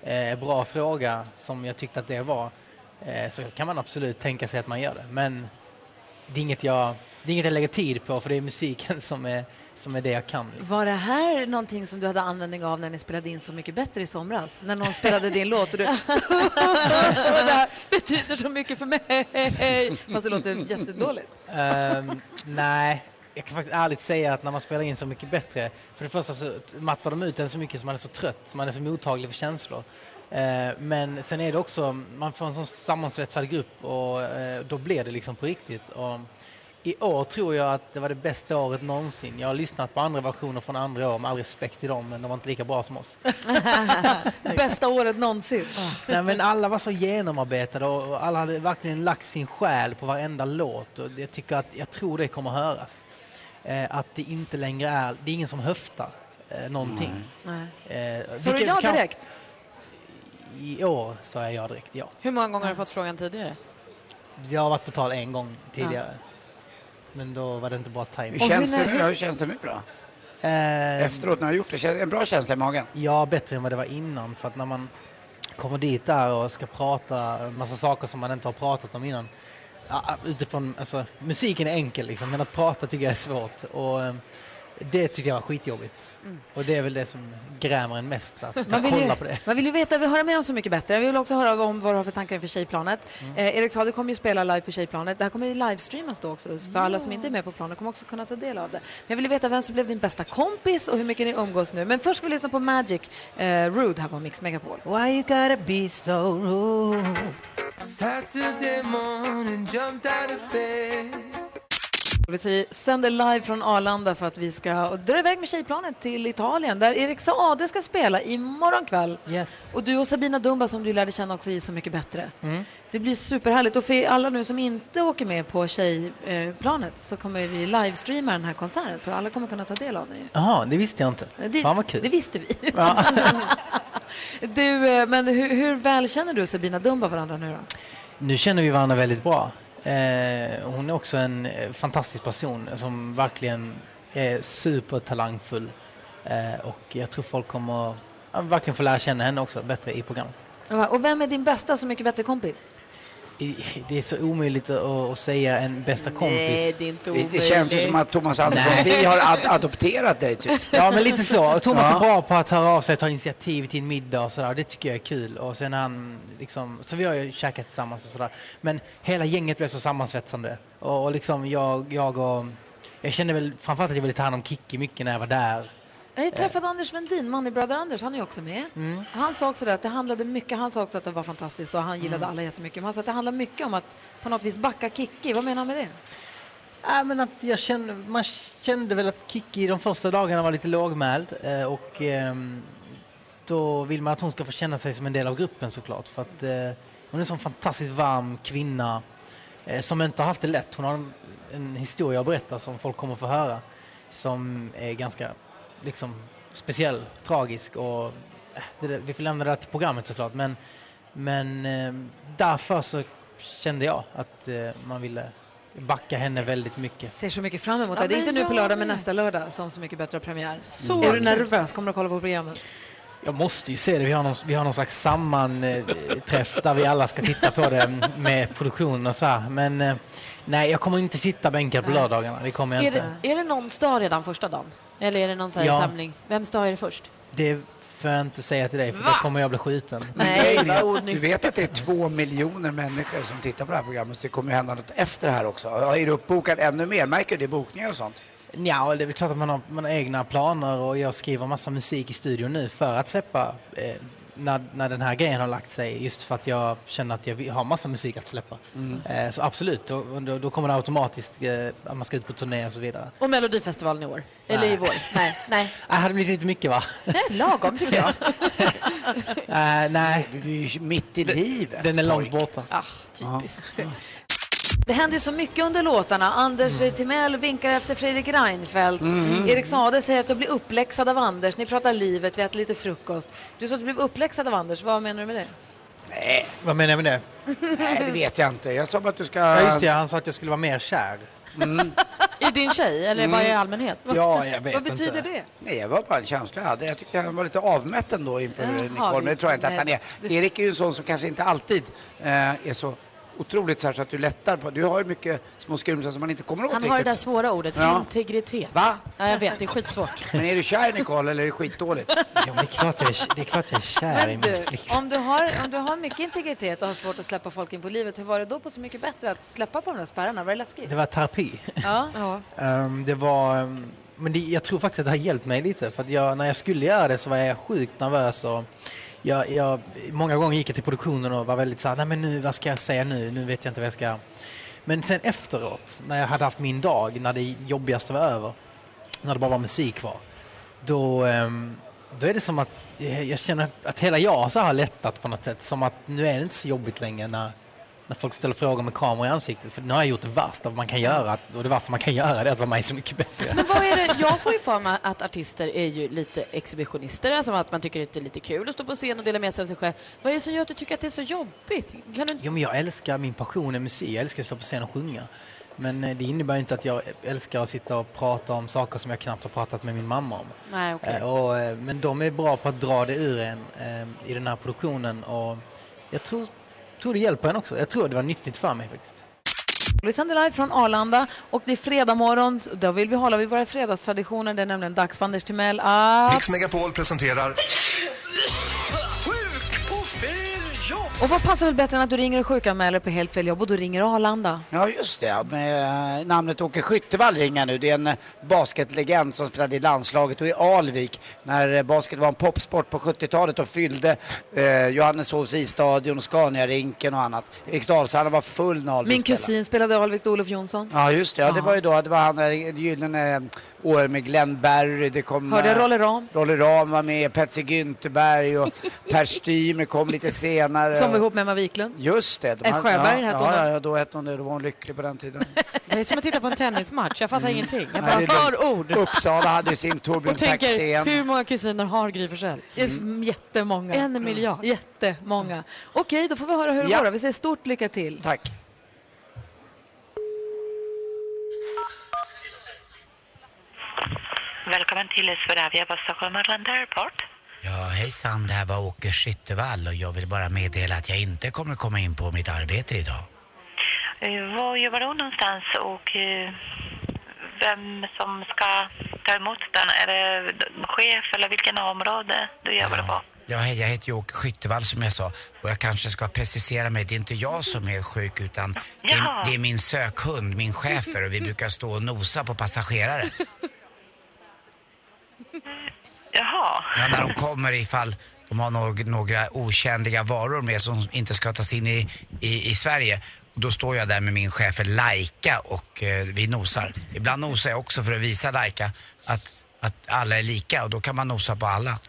eh, bra fråga som jag tyckte att det var eh, så kan man absolut tänka sig att man gör det. Men det är inget jag, det är inget jag lägger tid på för det är musiken som är, som är det jag kan. Liksom. Var det här någonting som du hade användning av när ni spelade in Så mycket bättre i somras? När någon spelade din låt och du... och det här betyder så mycket för mig. Fast det låter jättedåligt. Ehm, nej, jag kan faktiskt ärligt säga att när man spelar in Så mycket bättre, för det första så mattar de ut en så mycket som man är så trött, så man är så mottaglig för känslor. Eh, Men sen är det också, man får en sån sammansvetsad grupp och eh, då blir det liksom på riktigt. Och I år tror jag att det var det bästa året någonsin. Jag har lyssnat på andra versioner från andra år, med all respekt till dem, men de var inte lika bra som oss. Bästa året någonsin. Nej, men alla var så genomarbetade och och alla hade verkligen lagt sin själ på varenda låt. Och jag, tycker att, jag tror det kommer höras. Eh, att det inte längre är, det är ingen som höftar eh, någonting. Nej. Eh, Så du vilket ja kan- direkt? I år sa jag ja direkt, ja. Hur många gånger har du fått frågan tidigare? Jag har varit på tal en gång tidigare. Men då var det inte bra timing. Hur känns, det nu, hur känns det nu då? Ehm. Efteråt när du har gjort det, känns- en bra känsla i magen? Eh, Ja, bättre än vad det var innan. För att när man kommer dit där och ska prata en massa saker som man inte har pratat om innan. ja, Utifrån, alltså, musiken är enkel liksom, men att prata tycker jag är svårt. Och, eh, det tyckte jag var skitjobbigt. Och det är väl det som grämer en mest, att sitta Man och vill, ju, kolla på det. man vill ju veta, vi hör mer om Så mycket bättre. Vi vill också höra om vad du har för tankar inför Tjejplanet. Mm. Eh, Erik Saade kommer ju spela live på Tjejplanet. Det här kommer ju livestreamas då också, så för Ja. alla som inte är med på planet kommer också kunna ta del av det. Men jag vill ju veta vem som blev din bästa kompis och hur mycket ni umgås nu. Men först ska vi lyssna på Magic eh, Rude här på Mix Megapol. Why you gotta be so rude? Saturday morning, jumped out of bed. Vi säger, sänder live från Arlanda för att vi ska och dra iväg med Tjejplanet till Italien där Erik Saade ska spela imorgon kväll. Yes. Och du och Sabina Dumba som du lärde känna också i Så mycket bättre. Mm. Det blir superhärligt. Och för alla nu som inte åker med på tjejplanet så kommer vi livestreama den här konserten så alla kommer kunna ta del av den. ju. Jaha, det visste jag inte. Det, Fan vad kul. det visste vi. du, eh, men hur, hur väl känner du och Sabina Dumba varandra nu då? Nu känner vi varandra väldigt bra. Eh, hon är också en eh, fantastisk person som verkligen är supertalangfull. Eh, och jag tror folk kommer ja, verkligen få lära känna henne också bättre i programmet. Och vem är din bästa Så mycket bättre kompis? I- Det är så omöjligt att, att säga en bästa kompis. det är inte Det, det känns ju som att Thomas Andersson, Nej. vi har ad- adopterat dig typ. Ja, men lite så. Och Thomas Ja. är bra på att höra av sig och ta initiativ till en middag och sådär. Det tycker jag är kul. Och sen är han liksom, så vi har ju käkat tillsammans och sådär. Men hela gänget blev så sammansvetsande. Och, och liksom jag, jag och... Jag kände väl framförallt att jag ville ta hand om Kikki mycket när jag var där. Jag har ju träffat Anders Wendin, man i Bröder Anders, han är ju också med. Mm. Han sa också det att det handlade mycket, han sa också att det var fantastiskt och han gillade Mm. alla jättemycket. Men han sa att det handlar mycket om att på något vis backa Kikki, vad menar han med det? Ja, men att jag kände, man kände väl att Kikki de första dagarna var lite lågmäld eh, och ehm, då vill man att hon ska få känna sig som en del av gruppen såklart för att eh, hon är en sån fantastiskt varm kvinna eh, som inte har haft det lätt. Hon har en, en historia att berätta som folk kommer få höra som är ganska liksom, speciell, tragisk och eh, det, där- vi får lämna det där till programmet såklart men, men eh, därför så kände jag att eh, man ville backa henne väldigt mycket. Ser så mycket fram emot Ja, det. Det är men inte nu på jag lördag med. men nästa lördag som Så mycket bättre har premiär. Så är du kul. nervös? Kommer du kolla på programmet? Jag måste ju se det. Vi har någon, vi har någon slags sammanträff där vi alla ska titta på det med produktion och så här. Men eh, nej, jag kommer inte sitta bänkad på Nej. lördagarna. Det kommer jag Är inte. det, är det någons dag redan första dagen? Eller är det någon så här Ja. samling? Vems dag är det först? Det får jag inte säga till dig för Va? då kommer jag bli skjuten. Nej, du vet att det är två miljoner människor som tittar på det här programmet så det kommer ju hända något efter det här också. Är du uppbokad ännu mer? Märker du det i bokningar och sånt? Ja, det är väl klart att man har, man har egna planer och jag skriver massa musik i studion nu för att släppa eh, när, när den här grejen har lagt sig. Just för att jag känner att jag vill- har massa musik att släppa. Mm. Eh, så absolut, då, då, då kommer det automatiskt eh, att man ska ut på turné och så vidare. Och Melodifestivalen i år? Eller Nej. i vår? Nej. Nej. Det hade blivit lite mycket va? Lagom tycker jag. Eh, nej. Du är ju mitt i livet. Den är långt borta. Ah, typiskt. Det händer ju så mycket under låtarna. Anders Mm. Timell vinkar efter Fredrik Reinfeldt. Mm-hmm. Mm. Erik Saade säger att du blir uppläxad av Anders. Ni pratar livet, vi äter lite frukost. Du sa att du blev uppläxad av Anders. Vad menar du med det? Nej. Vad menar jag med det? Nej, det vet jag inte. Jag sa bara att du ska... Ja, just det, han sa att jag skulle vara mer kär. I din tjej eller bara i allmänhet? Mm. Ja, jag vet Vad betyder inte. det? Nej, jag var bara en känsla jag hade. Jag tyckte han var lite avmätt ändå inför Jaha, Nicole, men det tror jag inte att han är. nej. Erik är ju en sån som kanske inte alltid eh, är så otroligt så, här, så att du lättar på. Du har ju mycket små skrymslen som man inte kommer åt Han har det riktigt. där svåra ordet, Ja. integritet. Va? Ja, jag vet, det är skitsvårt. Men är du kär Nicole eller är det skitdåligt? Ja, det är klart jag är, det är, klart jag är kär i Men min du, flickvän. om du, har, om du har mycket integritet och har svårt att släppa folk in på livet, hur var det då på Så mycket bättre att släppa på de där spärrarna? Var det läskigt? Det var terapi. Ja. ja. Ehm, det var... ehm, Men det, jag tror faktiskt att det har hjälpt mig lite. För att jag, när jag skulle göra det så var jag sjukt nervös. Och jag, jag, många gånger gick jag till produktionen och var väldigt såhär, nej men nu, vad ska jag säga nu? Nu vet jag inte vad jag ska... Men sen efteråt, när jag hade haft min dag, när det jobbigaste var över, när det bara var musik kvar, då, ehm, då är det som att eh, jag jag känner att hela jag så här har lättat på något sätt. Som att nu är det inte så jobbigt längre när, när folk ställer frågor med kameror i ansiktet. För nu har jag gjort det värsta man kan göra och det värsta man kan göra det är att vara mig så mycket bättre. Men vad är det? Jag får ju för mig att artister är ju lite exhibitionister, alltså att man tycker att det är lite kul att stå på scen och dela med sig av sig själv. Vad är det som gör att du tycker att det är så jobbigt? Kan du... Jo, men jag älskar min passion är musik. Jag älskar att stå på scen och sjunga. Men eh, det innebär inte att jag älskar att sitta och prata om saker som jag knappt har pratat med min mamma om. Nej, okej. Eh, Och, eh, men de är bra på att dra det ur en eh, i den här produktionen och jag tror, tror det hjälper en också. Jag tror det var nyttigt för mig faktiskt. Vi sänder live från Arlanda och det är fredag morgon. så Då vill vi hålla vid våra fredagstraditioner. Det är nämligen dags för Anders Timell att... Mix Megapol presenterar Sjuk på fel jobb! Och vad passar väl bättre än att du ringer och sjukanmäler på helt fel jobb och då ringer Arlanda? Ja, just det. Med eh, namnet Åke Skyttevall ringer nu. Det är en eh, basketlegend som spelade i landslaget och i Alvik när eh, basket var en popsport på 70-talet och fyllde eh, Johanneshovs isstadion, Scaniarinken och annat. Eriksdalshallen var full när Alvik Min spelade. kusin spelade Alvik Olof Jonsson. Ja, just det. Ja, det Ja. var ju då, det var han där i gyllene eh, år med Glenn Berry. Det kom... Hörde jag eh, Rolle Ram? Rolle Ram var med, Patsy Güntherberg och Per Stymer kom lite senare. Som var ihop med Emma Wiklund. Just det. Äh, Sjöberg ja, hette hon ja, då. ja, ja, då hette hon det. Då var hon lycklig på den tiden. Det är som att titta på en tennismatch, jag fattar ingenting. Jag Nej, bara det är hör lugnt. ord. Uppsala hade ju sin Torbjörn Och tänker, Taxén. hur många kusiner har Gry Forssell? Mm. Jättemånga. En miljard. Jättemånga. Okej, då får vi höra hur det Ja. går. då. Vi säger stort lycka till. Tack. Välkommen till Swedavia på Stockholm Arlanda Airport. Ja, hejsan, det här var Åke Skyttevall och jag vill bara meddela att jag inte kommer komma in på mitt arbete idag. Eh, Var jobbar du någonstans och eh, vem som ska ta emot den? Är det chef eller vilken område du jobbar på? Ja, hej, jag heter ju Åke Skyttevall som jag sa och jag kanske ska precisera mig. Det är inte jag som är sjuk utan det Jaha. är, det är min sökhund, min schäfer och vi brukar stå och nosa på passagerare. Jaha. Ja, när de kommer ifall de har nog, några okänliga varor med som inte ska tas in i, i, i Sverige. Och Då står jag där med min chef Laika och eh, vi nosar. Ibland nosar jag också för att visa Laika att, att alla är lika och då kan man nosa på alla.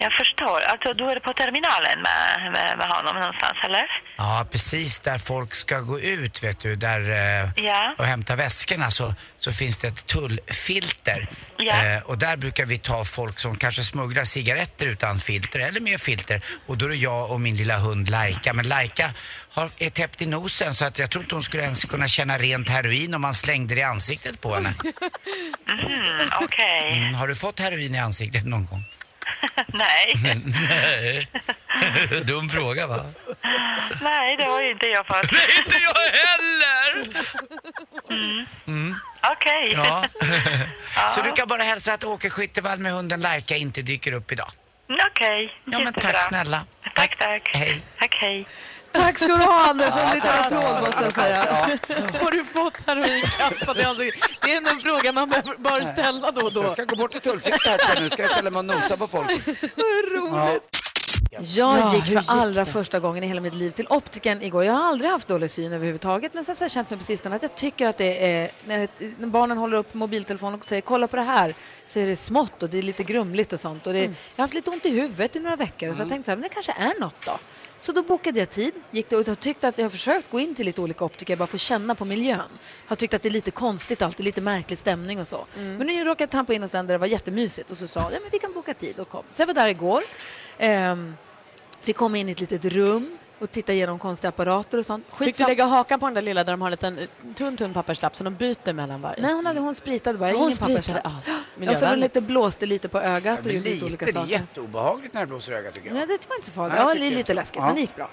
Jag förstår. Alltså, du är på terminalen med, med, med honom någonstans, eller? Ja, precis där folk ska gå ut vet du, där eh, Ja. och hämta väskorna så, så finns det ett tullfilter. Ja. Eh, och där brukar vi ta folk som kanske smugglar cigaretter utan filter eller med filter. Och då är det jag och min lilla hund Laika. Men Laika har, är täppt i nosen så att jag tror inte hon skulle ens kunna känna rent heroin om man slängde det i ansiktet på henne. Mm, Okej. Mm, har du fått heroin i ansiktet någon gång? Nej. Mm. Nej. Dum fråga va? Nej, det har ju inte jag fått. Nej, inte jag heller! Mm. Mm. Okej. Ja. Så du kan bara hälsa att Åke Skyttevall med hunden Laika inte dyker upp idag. Mm, Okej, Ja, men jättebra. tack snälla. Tack, tack. Hej. Tack, hej. Tack ska du ha, Anders. En Ja, liten tack. applåd måste jag säga. Har du fått heroin kastat i ansiktet? Det är en fråga man bör ställa då och Så då. jag ska gå bort till tullfiltret sen nu. Ska jag ställa mig och nosa på folk. Ja. Jag Ja, gick hur för gick allra det? första gången i hela mitt liv till optiken igår. Jag har aldrig haft dålig syn överhuvudtaget, men sen så har jag känt nu på sistone att jag tycker att det är... När, när barnen håller upp mobiltelefonen och säger kolla på det här, så är det smått och det är lite grumligt och sånt. Och Mm. det, Jag har haft lite ont i huvudet i några veckor, så jag Mm. tänkte så här, men det kanske är något då. Så då bokade jag tid, gick det och jag tyckte att jag har försökt gå in till lite olika optiker bara för att känna på miljön. Har tyckt att det är lite konstigt alltid, lite märklig stämning och så. Mm. Men nu råkade jag trampa in hos den där det var jättemysigt och så sa ja men vi kan boka tid och kom. Så jag var där igår. Ehm, Fick komma in i ett litet rum och titta igenom konstiga apparater och sånt. Fick du Skitsam- lägga hakan på den där lilla där de har en liten eh, tunn, tunn papperslapp som de byter mellan varje? Nej, hon, hade, hon spritade bara. Hon Ingen spritade, papperslapp. ja. Och så var hon Miljövänligt. lite, blåste lite på ögat och Men gjorde lite lite, olika det är saker. jätteobehagligt när det blåser i ögat tycker jag. Nej, det var inte så farligt. Nej, jag Ja, det tycker är jag. lite läskigt, Ja. mm. men det gick bra.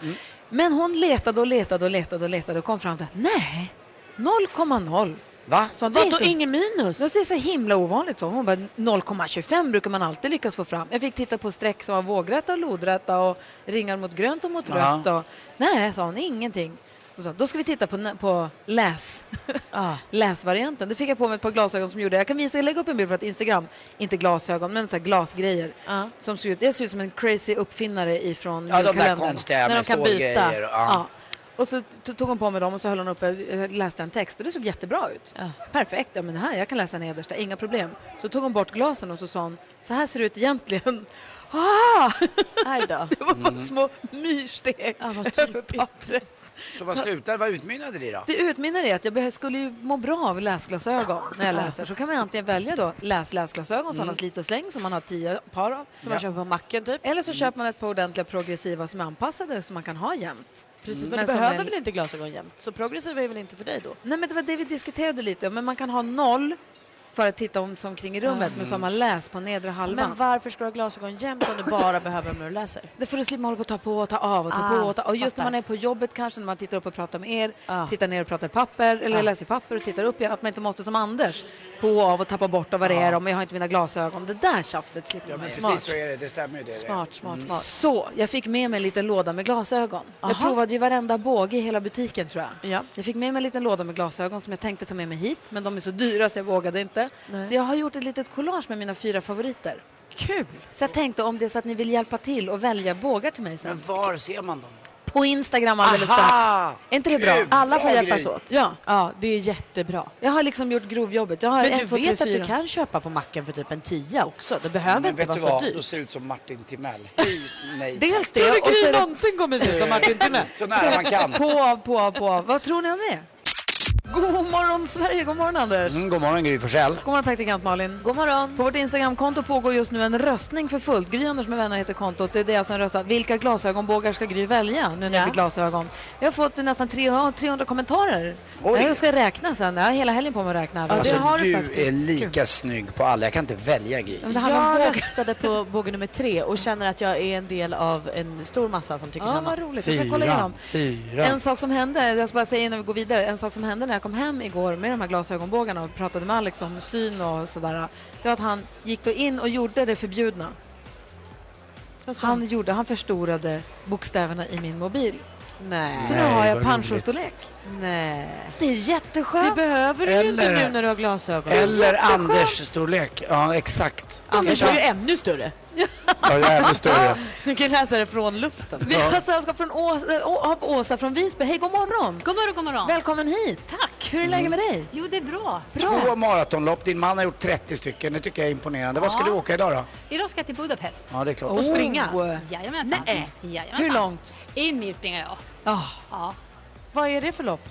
Men hon letade och letade och letade och letade och kom fram till att nej, 0,0. Va? Sånt, Vadå, ingen minus? Det är så himla ovanligt. Så. Hon bara 0,25 brukar man alltid lyckas få fram. Jag fick titta på streck som var vågrätta och lodrätta och ringar mot grönt och mot Ja. rött. Och, nej, sa hon, ingenting. Då, sa, hon, då ska vi titta på, nä- på läs. läsvarianten. Då fick jag på mig ett par glasögon som gjorde, jag kan visa, jag lägger upp en bild för att Instagram, inte glasögon, men så här glasgrejer. Som ser ut, jag ser ut som en crazy uppfinnare ifrån Ja, de där julkalendern. konstiga När de med kan byta. stålgrejer och- ja. Ja. Och så to- tog hon på mig dem och så höll hon upp, eh, läste en text och det såg jättebra ut. Perfekt, ja men det här, jag kan läsa nedersta, inga problem. Så tog hon bort glasen och så sa hon, så här ser det ut egentligen. Ah! Det var bara Mm. små myrsteg över pappret. Så vad Så- slutade, vad utmynnade det i då? Det utmynnar i att jag behö- skulle ju må bra av läsglasögon när jag läser. Så kan man antingen välja då läs läsglasögon, sådana Mm. slit och släng som man har tio par av. Som man köper på macken typ. Eller så köper man ett par ordentliga progressiva som är anpassade som man kan ha jämt. Precis, Mm. men du Men som behöver är- väl inte glasögon jämt? Så progressiva är väl inte för dig då? Nej, men det var det vi diskuterade lite. Men man kan ha noll för att titta om som kring i rummet, men så har man läst på nedre halvan. Men varför ska du ha glasögon jämt om du bara behöver dem när du läser? Det är för att slippa hålla på att ta på och ta av och ta Ah, på och ta Och just fattar. när man är på jobbet kanske, när man tittar upp och pratar med er, tittar ner och pratar i papper, eller Ah. läser i papper och tittar upp igen, att man inte måste som Anders, på och av och tappa bort och vad det är om, jag har inte mina glasögon. Det där tjafset slipper Ja, man men ju. precis så är det, det stämmer ju det. Smart, smart, Mm. smart. Så, jag fick med mig en liten låda med glasögon. Jag Aha. provade ju varenda båge i hela butiken tror jag. Jag fick med mig en liten låda med glasögon som jag tänkte ta med mig hit, men de är så dyra så jag vågade inte. Nej. Så jag har gjort ett litet collage med mina fyra favoriter. Kul! Så jag tänkte om det är så att ni vill hjälpa till och välja bågar till mig sen. Men var ser man dem? På Instagram alldeles Aha! strax. Är inte det bra? Kul! Alla får Bra hjälpas grej. åt. Ja. ja, det är jättebra. Jag har liksom gjort grovjobbet. Jag har Men ett, du två, tre, vet att du fyra. kan köpa på macken för typ en tia också? Det behöver Men inte vet vara du så vad, dyrt. då ser det ut som Martin Timell. Nej, Dels tack. det. och så är det- Så nära man kan. På, av, på, av, på. av. Vad tror ni om det? God morgon Sverige, god morgon Anders. Mm, god morgon Gry Forssell. God morgon praktikant Malin. God morgon. På vårt Instagramkonto pågår just nu en röstning för fullt. Gry Anders med vänner heter kontot. Det är det som röstar. Vilka glasögonbågar ska Gry välja nu när det blir glasögon? Vi har fått nästan 300, 300 kommentarer. Oj. Jag ska räkna sen. Jag har hela helgen på mig att räkna. Alltså, du är lika snygg på alla. Jag kan inte välja Gry. Jag röstade på båge nummer tre och känner att jag är en del av en stor massa som tycker Ja, samma. vad roligt. Jag ska kolla igenom. En sak som hände, jag ska bara säga innan vi går vidare, en sak som hände när jag kom hem igår med de här glasögonbågarna och pratade med Alex om syn och sådär, det var att han gick då in och gjorde det förbjudna. Han gjorde, han förstorade bokstäverna i min mobil. Nej. Så nu Nej, har jag vad panschostorlek. Nej. Det är Det jätteskönt. behöver du ju inte Eller- nu när du har glasögon. Eller Jätteskönt. Anders-storlek. Ja, exakt. Anders är ju ännu större. Ja, jag är ännu större. Du kan läsa det från luften. Vi har sällskap från Åsa, Å- av Åsa från Visby. Hej, god morgon! God morgon, god morgon! Välkommen hit! Tack! Hur är läget med Mm. dig? Jo, det är bra. Två maratonlopp. Din man har gjort 30 stycken. Det tycker jag är imponerande. Vad ska Ja. du åka idag då? Idag ska jag till Budapest. Ja, det är klart. Och Oh. springa. Nej. Jajamensan. Jajamensan. Hur långt? En mil springer jag. Ja. Vad är det för lopp?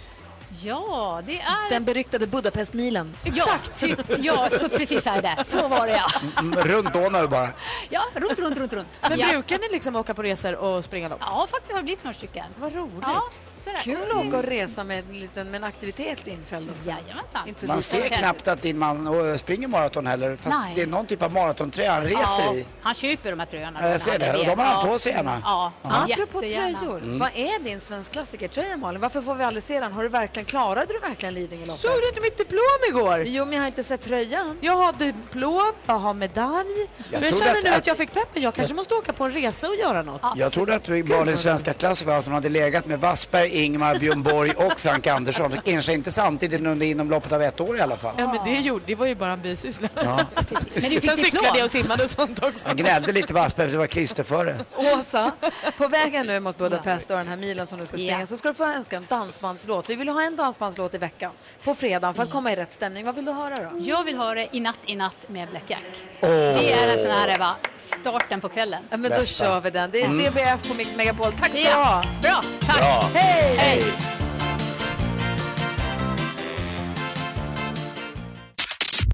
Ja, det är... Den beryktade Budapestmilen. Exakt! Ja, typ, ja så- precis här där. Så var det ja. Mm, Runt Donau bara. Ja, runt, runt, runt, runt. Men ja. brukar ni liksom åka på resor och springa lopp? ja, faktiskt har det blivit några stycken. Vad roligt. Ja, sådär. Kul att Mm. åka och resa med en, liten, med en aktivitet infälld också. Jajamensan. Inte så Man lite. ser knappt att din man eh, springer maraton heller. Fast Nej. det är någon typ av maratontröja han reser ja, i. Han köper de här tröjorna. Ja, jag ser det. Och de har han på sig gärna. Ja, Ja. Apropå jättegärna. tröjor, Mm. vad är din svensk klassikertröja Malin? Varför får vi aldrig se den? Har du verkligen, klarade du verkligen Lidingöloppet? Såg du inte mitt diplom igår? Jo, men jag har inte sett tröjan. Jag har diplom, jag har medalj. Jag Jag, trodde jag känner att- nu att- att jag fick peppen. Jag kanske måste åka på en resa och göra något. Jag trodde att vi barnens svenska klassiker var att hon hade legat med Wassberg, Ingmar, Björn Borg och Frank Andersson. Så Kanske inte samtidigt men under inom loppet av ett år i alla fall. Ja, men det, gjorde, det var ju bara en bisyssla. Ja. Men du fick Sen diplom. cyklade jag och simmade och sånt också. Han gnällde lite på Wassberg för det var klisterföre. Åsa, på vägen nu mot Budapest och den här milen som du ska springa Ja. så ska du få önska en dansbandslåt. Vi vill ha en dansbandslåt i veckan på fredag för Mm. att komma i rätt stämning. Vad vill du höra då? Jag vill höra I natt, i natt med Black Jack. Det är en sån här va, starten på kvällen. Ja, men då Bästa. kör vi den. Det är Mm. DBF på Mix Megapol. Tack ska du Ja, ha! Bra, tack! Bra. Hej! Hej.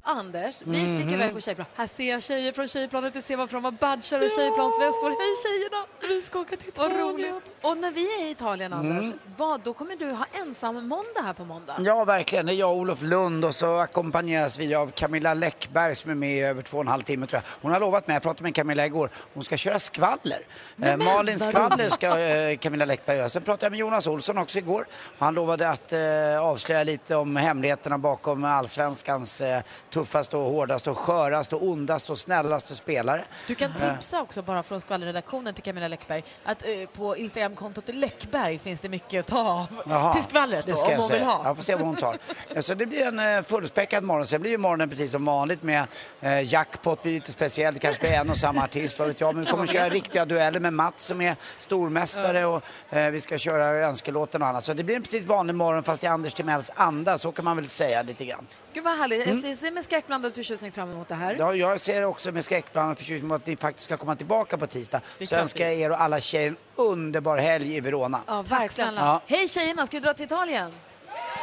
Anders, vi sticker Mhm. iväg på tjejplan. Här ser jag tjejer från tjejplanet, jag ser vad för de har badgar och tjejplansväskor. Hej tjejerna, vi ska åka till Italien. Vad roligt. Och när vi är i Italien Mm. Anders, vad, då kommer du ha ensam måndag här på måndag. Ja, verkligen. Det är jag och Olof Lund och så ackompanjeras vi av Camilla Läckberg som är med i över två och en halv timme tror jag. Hon har lovat mig, jag pratade med Camilla igår, hon ska köra skvaller. Eh, Malin vad Skvaller roligt. ska eh, Camilla Läckberg göra. Sen pratade jag med Jonas Olsson också igår. Han lovade att eh, avslöja lite om hemligheterna bakom allsvenskans eh, tuffaste och hårdaste och sköraste och ondaste och snällaste spelare. Du kan Eh, tipsa också bara från skvallerredaktionen till Camilla Läckberg att eh, på Instagramkontot Läckberg finns det mycket att ta av Jaha, till skvallret det då, ska om jag hon säga. vill ha. Jag får se vad hon tar. Ja, Så det blir en eh, fullspäckad morgon. Sen blir ju morgonen precis som vanligt med eh, jackpot, blir lite speciell. Det kanske blir en och samma artist, vad vet jag. Men vi kommer Ja, köra men- riktiga dueller med Mats som är stormästare och eh, vi ska köra önskelåten och annat. Så det blir en precis vanlig morgon fast i Anders Timells anda, så kan man väl säga lite grann. Gud vad härligt. Mm. Jag ser med skräckblandad förtjusning fram emot det här. Ja, jag ser också med skräckblandad förtjusning mot att ni faktiskt ska komma tillbaka på tisdag. Det Så klart önskar vi. jag er och alla tjejer en underbar helg i Verona. Ja, verkligen. Ja. Hej tjejerna, ska vi dra till Italien?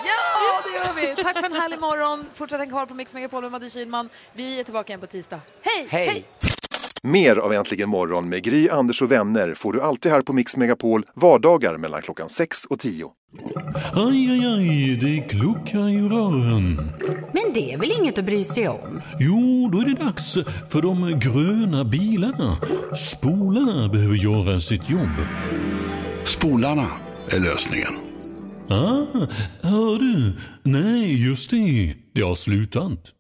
Ja, det gör vi. Tack för en härlig morgon. Fortsätt en kvar på Mix Megapol med Madde Kihlman. Vi är tillbaka igen på tisdag. Hej! Hej! Mer av Äntligen morgon med Gry, Anders och vänner får du alltid här på Mix Megapol vardagar mellan klockan 6 och 10. Aj, aj, aj, det kluckar i rören. Men det är väl inget att bry sig om? Jo, då är det dags för de gröna bilarna. Spolarna behöver göra sitt jobb. Spolarna är lösningen. Ah, hör du? Nej, just det. Det har slutat.